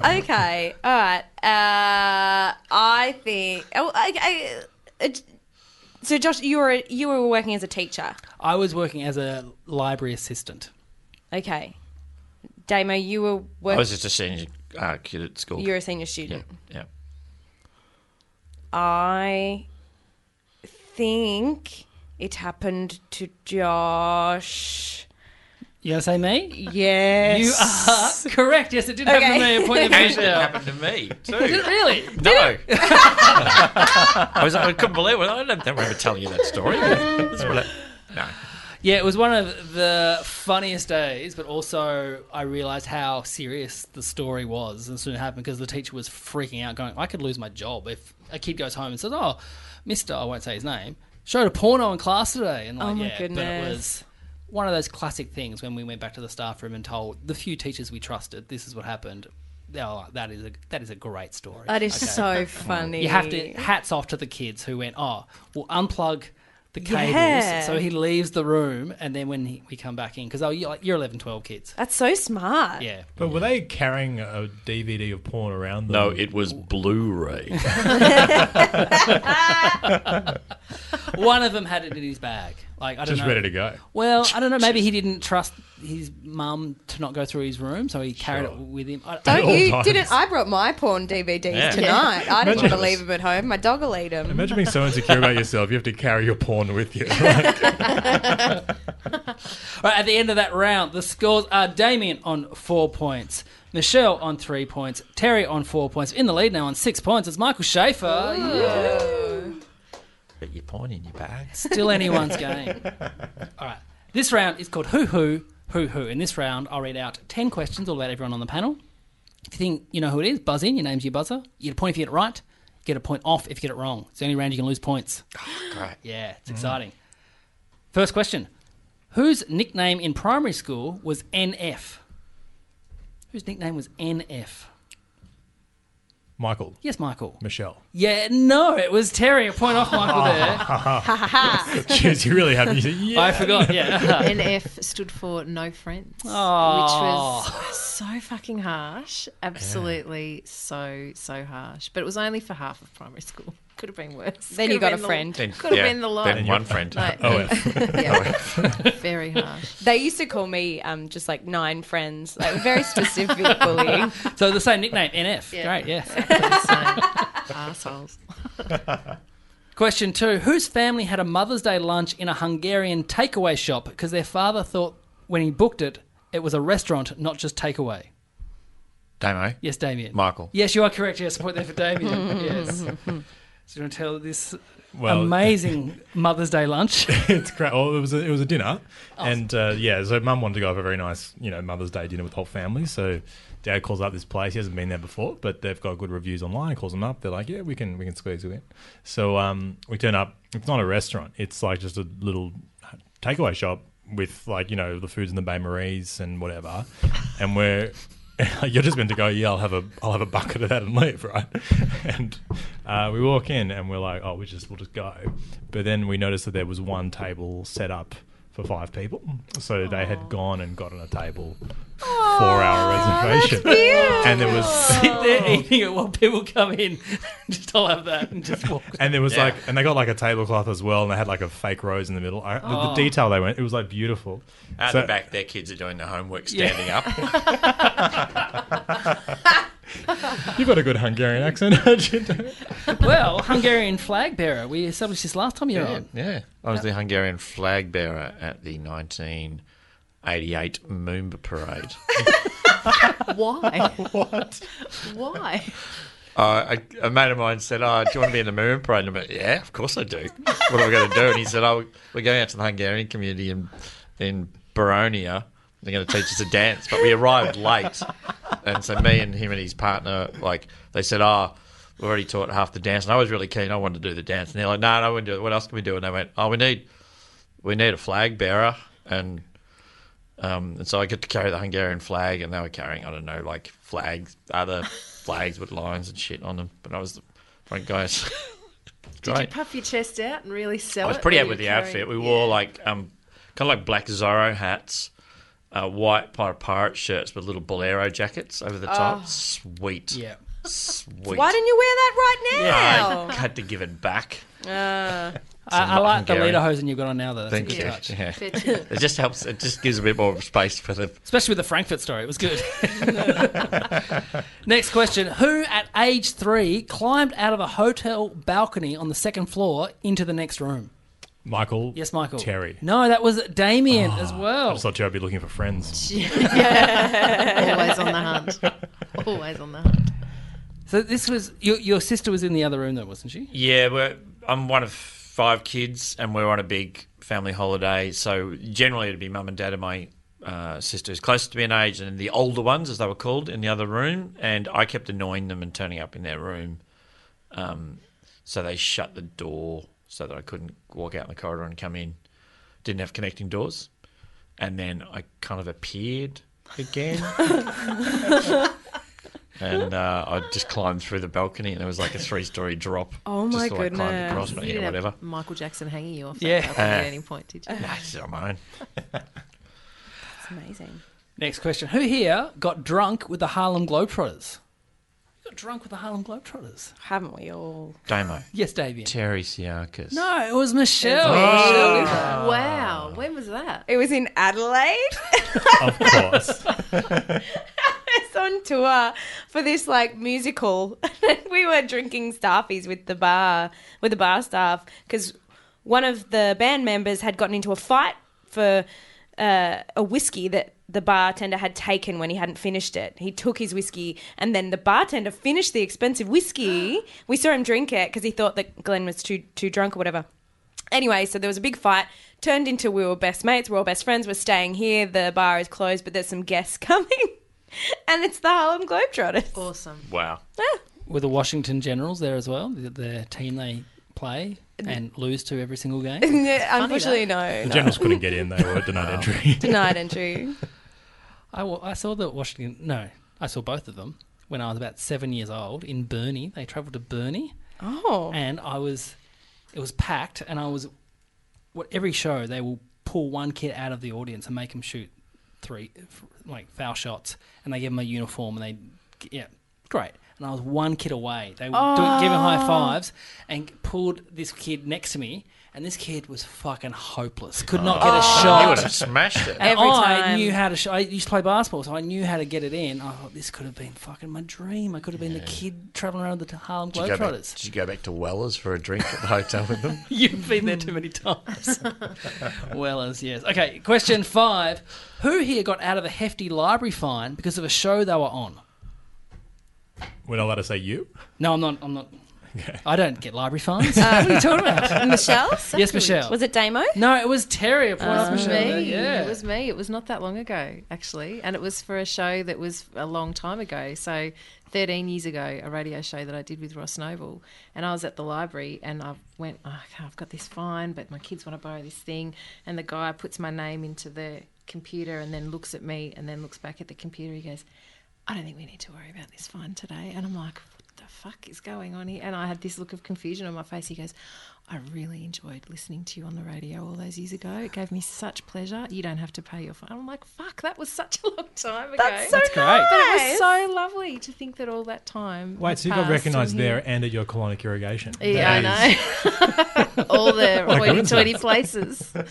yeah.
okay, all right. Uh, I think. Oh, I, I, uh, so, Josh, you were you were working as a teacher.
I was working as a library assistant.
Okay, Damo, you were
I
working.
was just a senior uh, kid at school.
You're a senior student.
Yeah.
I think it happened to Josh.
You gonna say me?
Yes.
You are correct. Yes, it did happen to
Okay.
me. A point of
And
measure.
it happened to me too.
Did it really?
No. I was I couldn't believe it. I don't remember telling you that story. That's what I- no.
Yeah, it was one of the funniest days, but also I realised how serious the story was as soon as it happened because the teacher was freaking out, going, I could lose my job if a kid goes home and says, Oh, Mr. I won't say his name, showed a porno in class today. And like,
Oh my
yeah, but it
goodness.
was one of those classic things when we went back to the staff room and told the few teachers we trusted, this is what happened. They were like, that is a that is a great story.
That is so
You have to
funny.
hats off to the kids who went, oh, we'll unplug the cables.
Yeah.
So he leaves the room, and then when he, we come back in, because you're, like, you're 11, 12 kids.
That's so smart.
Yeah.
But were they carrying a DVD of porn around them?
No, it was Blu-ray.
One of them had it in his bag. Like I don't
Just
know.
ready to go.
Well, I don't know. Maybe he didn't trust his mum to not go through his room, so he carried it with him. I,
Don't
I-
you? Didn't I brought my porn DVDs
Yeah.
tonight? I didn't want
Imagine
to
it
leave
was-
them at home. My dog will eat them.
Imagine being so insecure about yourself, you have to carry your porn with you.
All right, at the end of that round, the scores are Damien on four points, Michelle on three points, Terry on four points. In the lead now on six points, it's Michael Schaefer.
Put your point in your bag.
Still anyone's game. All right. This round is called Who Who Who Who. In this round, I'll read out 10 questions all about everyone on the panel. If you think you know who it is, buzz in. Your name's your buzzer. You get a point if you get it right. You get a point off if you get it wrong. It's the only round you can lose points.
Great.
Yeah, it's exciting. First question Whose nickname in primary school was NF? Whose nickname was NF?
Michael.
Yes, Michael.
Michelle.
Yeah, no, it was Terry. A point off Michael there.
Jeez, you really have. You said, yeah.
I forgot, yeah.
NF stood for no friends, which
Oh.
was so fucking harsh. Absolutely so so harsh. But it was only for half of primary school. Could have been worse.
Then
Could
you
have
got a
been the-
friend.
Then-
Could have
yeah,
been the lot.
then one friend.
Like,
Oh,
OF.
yeah. Very harsh.
They used to call me um, just like nine friends, like very specific bullying.
So the same nickname, NF.
Yeah.
Great, yeah.
Assholes.
Question two Whose family had a Mother's Day lunch in a Hungarian takeaway shop because their father thought when he booked it, it was a restaurant, not just takeaway?
Damo.
Yes, Damien.
Michael.
Yes, you are correct. Yes, a point there for Damien. yes. So you want to tell this
Well-
amazing Mother's Day lunch?
Oh.
it's great. Well, it was a, it was a dinner, and uh, yeah, so mum wanted to go have a very nice, you know, Mother's Day dinner with the whole family. So dad calls up this place. He hasn't been there before, but they've got good reviews online. He calls them up. They're like, yeah, we can we can squeeze you in. So um, we turn up. It's not a restaurant. It's like just a little takeaway shop with like you know the foods in the Bay Marie's and whatever, and we're. You're just meant to go. Yeah, I'll have a I'll have a bucket of that and leave, right? And uh, we walk in and we're like, oh, we just we'll just go. But then we noticed that there was one table set up for five people, so they had gone and gotten a table for our reservation, and there was
Sit there eating it while people come in. just I'll have that and just walk.
and there was like, and they got like a tablecloth as well, and they had like a fake rose in the middle. I, the, the
Oh.
detail they went, it was like beautiful.
Out
So-
the back, their kids are doing their homework,
Yeah.
standing up.
You've got a good Hungarian accent, haven't you?
Well, Hungarian flag bearer. We established this last time you were on.
yeah. I was the Hungarian flag bearer at the 1988 Moomba Parade.
Why? what? Why?
Uh, a, a mate of mine said, "Oh, do you want to be in the Moon Parade?" And I went, "Yeah, of course I do. What am I going to do?" And he said, "Oh, we're going out to the Hungarian community in in Baronia They're going to teach us to dance, but we arrived late, and so me and him and his partner, like they said, ah. we already taught half the dance, and I was really keen. I wanted to do the dance, and they're like, "No, no, we do it. What else can we do?" And they went, "Oh, we need, we need a flag bearer," and um, and so I get to carry the Hungarian flag, and they were carrying I don't know like flags, other flags with lions and shit on them. But I was the front guy. so-
Did you
Great.
puff your chest out and really sell
I
it?
was pretty
Or
happy
you
with the
carry-
outfit. We wore like um, kind of like black Zorro hats, uh, white Pirate Pirate shirts with little bolero jackets over the top.
Oh.
Sweet.
Yeah.
Sweet.
Why didn't you wear that right now?
I had to give it back.
Uh,
I, I like the leader hose you've got on now, though. That's
Thank
a good
you.
touch.
Yeah. It just helps. It just gives a bit more space for the
Especially with the Frankfurt story, it was good. Next question Who at age three climbed out of a hotel balcony on the second floor into the next room?
Michael.
Yes, Michael.
Terry.
No, that was
Ah,
Damien as
I
well.
just thought Terry would be looking for friends.
Always on the hunt. Always on the hunt.
So this was your, your sister was in the other room though, wasn't she?
Yeah, we're, I'm one of five kids, and we're on a big family holiday. So generally, it'd be mum and dad and my uh, sister, who's closest to me in age, and the older ones, as they were called, in the other room. And I kept annoying them and turning up in their room. Um, so they shut the door so that I couldn't walk out in the corridor and come in. Didn't have connecting doors. And then I kind of appeared again. and uh, I just climbed through the balcony, and there was like a three-story drop.
Oh
just
my
so I climbed
goodness!
across, but
You
yeah,
didn't have
whatever.
Michael Jackson hanging you off
Yeah.
that balcony at
Uh,
any point, did you?
Nah, it's on my own.
It's amazing.
Next question. Who here got drunk with the Harlem Globetrotters? You got drunk with the Harlem Globetrotters.
Haven't we all?
Damo.
Yes, Damien.
Terry Siakas.
No, it was Michelle.
Ah.
Oh.
Michelle.
Wow, when was that?
It was in Adelaide.
of course.
was on tour for this like musical. And we were drinking staffies with the bar with the bar staff because one of the band members had gotten into a fight for uh, a whiskey that the bartender had taken when he hadn't finished it. He took his whiskey and then the bartender finished the expensive whiskey. We saw him drink it because he thought that Glenn was too too drunk or whatever. Anyway, so there was a big fight. Turned into we were best mates. We're all best friends. We're staying here. The bar is closed, but there's some guests coming, and it's the Harlem Globetrotters. Ah.
Awesome.
Wow.
Were the Washington Generals there as well? The, the team they play and lose to every single game?
Unfortunately, no.
The
no.
generals couldn't get in. They were denied entry.
Denied entry.
I, wa- I saw the Washington. No, I saw both of them when I was about seven years old in Burnie. They travelled to Burnie.
Oh.
And I was, it was packed, and I was, what every show they will pull one kid out of the audience and make him shoot three, f- like foul shots, and they give him a uniform, and they, yeah, great. And I was one kid away. They were doing, giving high
Oh.
fives and pulled this kid next to me. And this kid was fucking hopeless. Could not
Oh.
get a
Oh.
shot.
You would have smashed it.
And
Every
I
time.
knew how to. Sh- I used to play basketball, so I knew how to get it in. I thought this could have been fucking my dream. I could have been the kid traveling around with the Harlem
Did you, go back,
Globetrotters.
did you go back to Weller's for a drink at the hotel with them?
You've been there too many times. well as yes. Okay, question five: Who here got out of a hefty library fine because of a show they were on?
We're not allowed to say you.
No, I'm not. I'm not. I don't get library fines.
Uh,
what are you talking about?
Michelle?
Yes, Michelle.
Was it Damo?
No, it was Terry.
It was
Appointed Michelle.
Uh, me.
Yeah.
It was me. It was not that long ago, actually. And it was for a show that was a long time ago. So 13 years ago, a radio show that I did with Ross Noble. And I was at the library and I went, oh, okay, I've got this fine, but my kids want to borrow this thing. And the guy puts my name into the computer and then looks at me and then looks back at the computer. He goes, I don't think we need to worry about this fine today. And I'm like, what the fuck is going on here? And I had this look of confusion on my face. He goes, I really enjoyed listening to you on the radio all those years ago. It gave me such pleasure. You don't have to pay your fine. I'm like, fuck, that was such a long time ago.
That's so That's
great. nice.
But it was so lovely to think that all that time.
Wait,
had
so you got
passed
recognised
and here-
there and at your colonic irrigation.
Yeah,
That is-
I know. all the
What a
hoity toity
coincidence.
places. No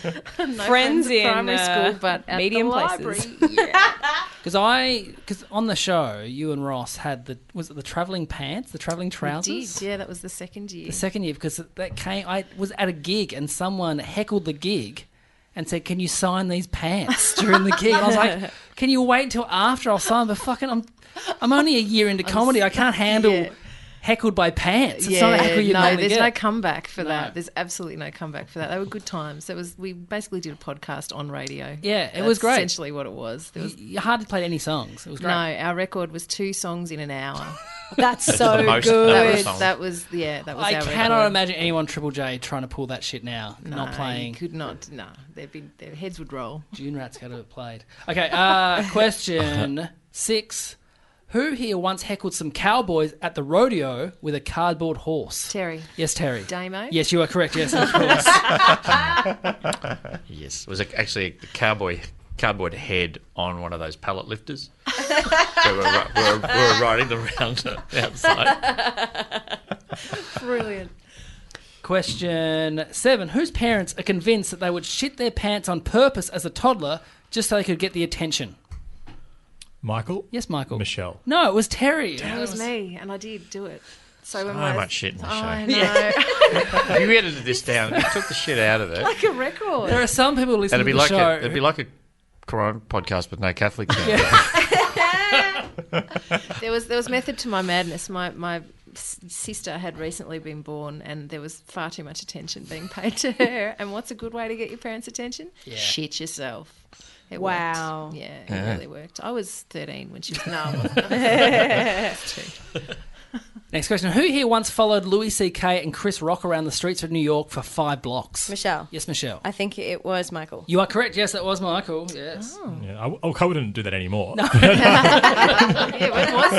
friends, at
in,
primary
uh,
school, but at
medium
the
places.
library. Yeah.
Because I, because on the show, you and Ross had the was it the traveling pants, the traveling
We
trousers.
did, yeah, that was the second year.
The second year, because that came, I was at a gig and someone heckled the gig and said, "Can you sign these pants during the gig?" And I was like, "Can you wait until after I'll sign?" But fucking, I'm, I'm only a year into comedy. I can't handle heckled by pants. It's not a
Yeah,
heckle you
no,
normally
there's
get.
no comeback for that.
No.
There's absolutely no comeback for that. They were good times. That was we basically did a podcast on radio.
Yeah, it
That's
was great.
Essentially, what it was. There was
You you hardly played any songs. It was great.
no, our record was two songs in an hour.
That's That's so the most good.
That
ever
was,
song.
that was yeah, that was.
I
our
cannot
record.
imagine anyone Triple J trying to pull that shit now.
No,
not
you
playing.
could not. No, they'd be, their heads would roll.
June Rats could have played. Okay, uh, question six. Who here once heckled some cowboys at the rodeo with a cardboard horse?
Terry.
Yes, Terry.
Damo?
Yes, you are correct. Yes, of course.
Yes, it was ac- actually a cowboy cardboard head on one of those pallet lifters. so we're, ri- we're, we're riding them round the outside.
Brilliant.
Question seven. Whose parents are convinced that they would shit their pants on purpose as a toddler just so they could get the attention?
Michael?
Yes, Michael.
Michelle.
No, it was Terry.
It was me, and I did do it. So when
So
I was,
much shit in the show.
I know.
you edited this down. You took the shit out of it.
like a record.
There are some people listening
it'd be
to the
like
show.
A, it'd be like a crime podcast with no Catholics. in it.
there was there was method to my madness. My my s- sister had recently been born, and there was far too much attention being paid to her. And what's a good way to get your parents' attention?
Yeah.
Shit yourself. It
Wow.
Worked. Yeah, it
Yeah.
really worked. I was thirteen when she was no. I wasn't. I was two.
Next question. Who here once followed Louis C.K. and Chris Rock around the streets of New York for five blocks?
Michelle.
Yes, Michelle.
I think it was Michael.
You are correct. Yes, that was Michael. Yes.
Yeah, I, oh, I wouldn't do that anymore.
when was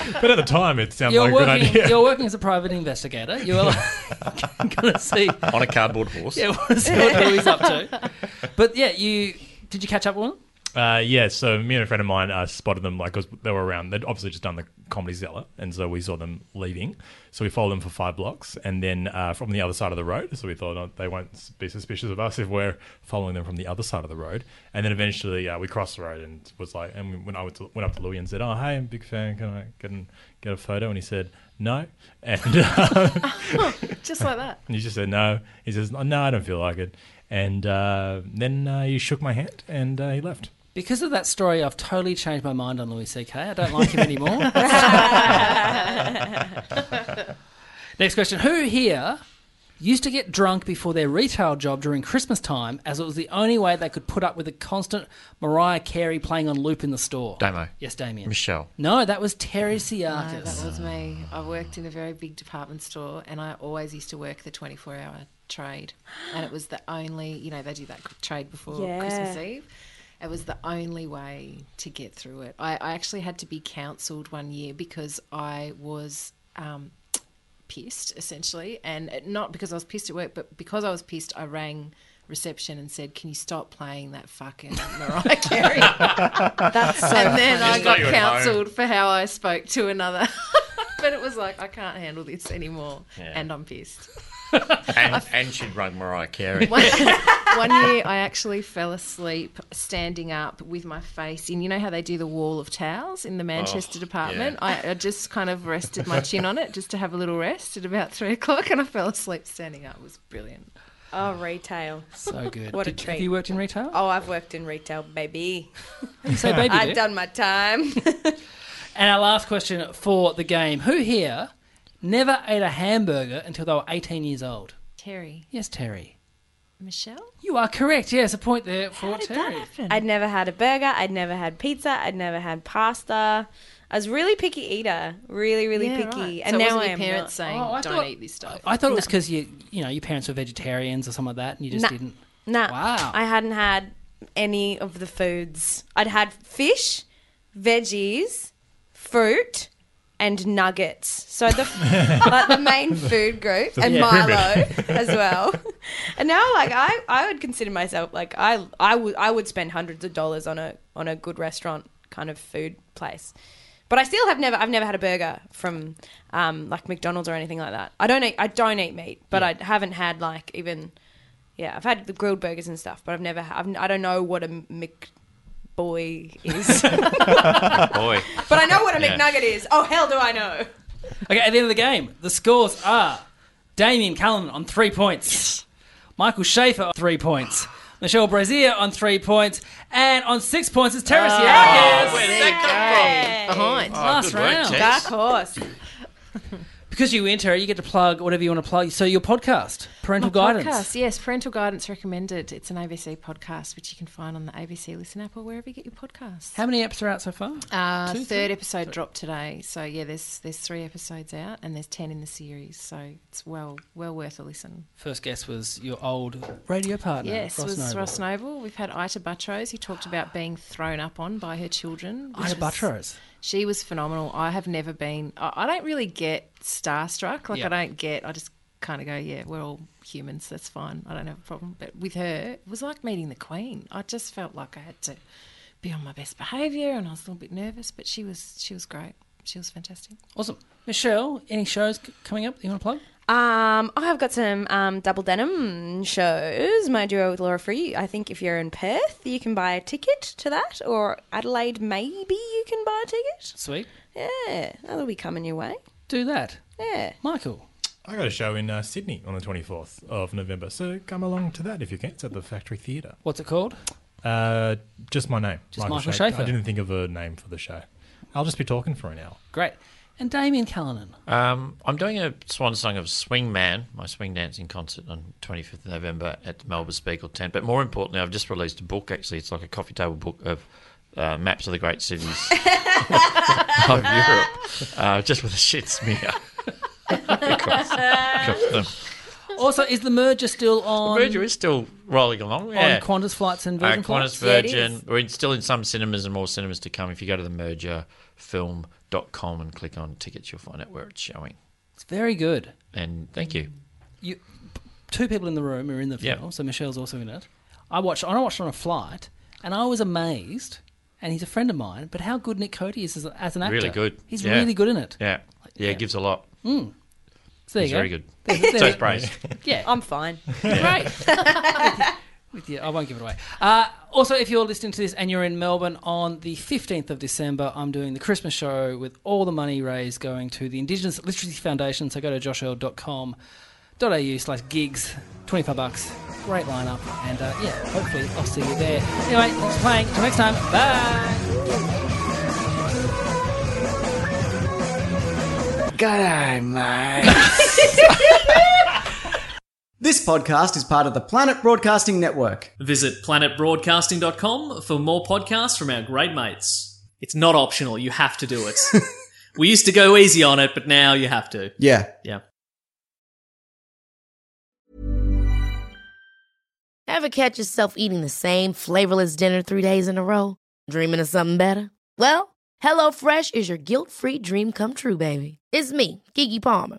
this?
but at the time, it sounded
You're
like a
working.
good idea.
You're working as a private investigator. You're like, gonna see
on a cardboard horse.
Yeah, we'll see what Louis up to. But yeah, you did you catch up with him?
Uh, yeah, so me and a friend of mine uh, spotted them like 'cause they were around. They'd obviously just done the comedy Zeller, and so we saw them leaving. So we followed them for five blocks, and then uh, from the other side of the road. So we thought oh, they won't s- be suspicious of us if we're following them from the other side of the road. And then eventually uh, we crossed the road and was like, and we- when I went, to, went up to Louis and said, "Oh, hey, I'm a big fan. Can I get an, get a photo?" And he said, "No," and um,
Just like that.
and he just said no. He says, "No, I don't feel like it." And uh, then uh, he shook my hand and uh, he left.
Because of that story, I've totally changed my mind on Louis C.K. I don't like him anymore. Next question. Who here used to get drunk before their retail job during Christmas time as it was the only way they could put up with the constant Mariah Carey playing on loop in the store?
Damo.
Yes, Damien.
Michelle.
No, that was Terry
No,
Siakis.
that was me. I worked in a very big department store, and I always used to work the twenty-four hour trade, and it was the only you know they do that trade before
Yeah.
Christmas Eve. It was the only way to get through it. I, I actually had to be counselled one year because I was um, pissed essentially and it- not because i was pissed at work but because i was pissed i rang reception and said can you stop playing that fucking mariah carey
That's so
and then
funny.
i
Just
got
thought you were at home.
counselled for how i spoke to another but it was like i can't handle this anymore
Yeah.
and i'm pissed
and, and she'd rung Mariah Carey.
one, one year I actually fell asleep standing up with my face in, you know how they do the wall of towels in the
Oh,
Manchester department? I, I just kind of rested my chin on it just to have a little rest at about three o'clock and I fell asleep standing up. It was brilliant.
Oh, retail.
So good.
What
Did-
a
have
treat.
you worked in retail?
Oh, I've worked in retail, baby.
You say baby
I've
there.
done my time.
And our last question for the game. Who here never ate a hamburger until they were 18 years old?
Terry.
Yes, Terry.
Michelle?
You are correct. Yes, a point there for Terry.
I'd never had a burger. I'd never had pizza. I'd never had pasta. I was a really picky eater. Really, really
Yeah,
picky.
right.
And
So it
now
wasn't
Oh, I
your
am
parents
not.
saying, don't eat this stuff.
I thought it was because you, you know, your parents were vegetarians or something like that, and you just
Nah.
didn't.
Nah.
Wow.
I hadn't had any of the foods. I'd had fish, veggies, fruit, and nuggets. So the like the main food group
So
and
yeah.
Milo
Pyramid.
as well. And now like I, I would consider myself like I I would I would spend hundreds of dollars on a on a good restaurant kind of food place. But I still have never I've never had a burger from um, like McDonald's or anything like that. I don't eat I don't eat meat, but I haven't had like even yeah, I've had the grilled burgers and stuff, but I've never had, I've, I don't know what a McBoy is.
Boy.
But I know what a
Yeah.
McNugget is. Oh hell, do I know?
Okay, at the end of the game, the scores are Damien Cullen on three points, Michael Schaefer on three points, Michelle Brazier on three points, and on six points is Terry Siakis.
that
come
Behind.
Last round.
Dark horse.
because you enter, you get to plug whatever you want to plug. So your podcast, Parental
My
Guidance.
Podcast, yes, Parental Guidance Recommended. It's an ABC podcast, which you can find on the ABC Listen app or wherever you get your podcasts.
How many apps are out so far?
Uh,
Two,
third
three?
episode dropped today. So, yeah, there's there's three episodes out and there's 10 in the series. So, it's well well worth a listen.
First guest was your old radio partner.
yes,
Ross
was
Noble.
Ross Noble. We've had Ita Buttrose, who talked about being thrown up on by her children. which
Ida
was-
Buttrose.
She was phenomenal. I have never been, I, I don't really get starstruck. Like,
Yeah.
I don't get, I just kind of go, yeah, we're all humans. That's fine. I don't have a problem. But with her, it was like meeting the Queen. I just felt like I had to be on my best behaviour and I was a little bit nervous, but she was, she was great. She was fantastic.
Awesome. Michelle, any shows c- coming up that you want to plug?
Um, I've got some um, double denim shows. My duo with Laura Free. I think if you're in Perth, you can buy a ticket to that, or Adelaide, maybe you can buy a ticket.
Sweet.
Yeah, that'll be coming your way.
Do that.
Yeah.
Michael.
I got a show in uh, Sydney on the 24th of November, so come along to that if you can. It's at the Factory Theatre.
What's it called?
Uh, just my name.
Just Michael Schaefer.
I didn't think of a name for the show. I'll just be talking for an hour.
Great. And Damien Callanan.
Um, I'm doing a swan song of Swing Man, my swing dancing concert on 25th of November at the Melbourne Spiegel tent. But more importantly, I've just released a book. Actually, it's like a coffee table book of uh, maps of the great cities of Europe, uh, just with a shit smear. across, across them.
Also, is the merger still on?
Virgin is still rolling along.
on
Yeah.
Qantas flights and Virgin
uh,
flights.
Qantas Virgin. We're still in some cinemas and more cinemas to come. If you go to the mergerfilm.com and click on tickets, you'll find out where it's showing.
It's very good.
And thank you.
You, two people in the room are in the
Yeah.
film, so Michelle's also in it. I watched. I watched it on a flight, and I was amazed. And he's a friend of mine. But how good Nick Cody is as, as an actor.
Really good.
He's
Yeah.
really good in it.
Yeah. Yeah, it gives a lot.
Mm. So there
He's
you go.
very good.
There's- there's-
So is Brace.
Yeah.
I'm fine.
Right. With you, I won't give it away. Uh, also, if you're listening to this and you're in Melbourne on the 15th of December, I'm doing the Christmas show with all the money raised going to the Indigenous Literacy Foundation. So go to joshell.com.au slash gigs, 25 bucks. Great lineup. And uh, yeah, hopefully I'll see you there. Anyway, thanks for playing. Till next time. Bye.
G'day, this podcast is part of the Planet Broadcasting Network.
Visit planetbroadcasting.com for more podcasts from our great mates. It's not optional, you have to do it. we used to go easy on it, but now you have to.
Yeah.
Yeah.
Ever catch yourself eating the same flavorless dinner three days in a row? Dreaming of something better? Well, HelloFresh is your guilt-free dream come true, baby. It's me, Kiki Palmer.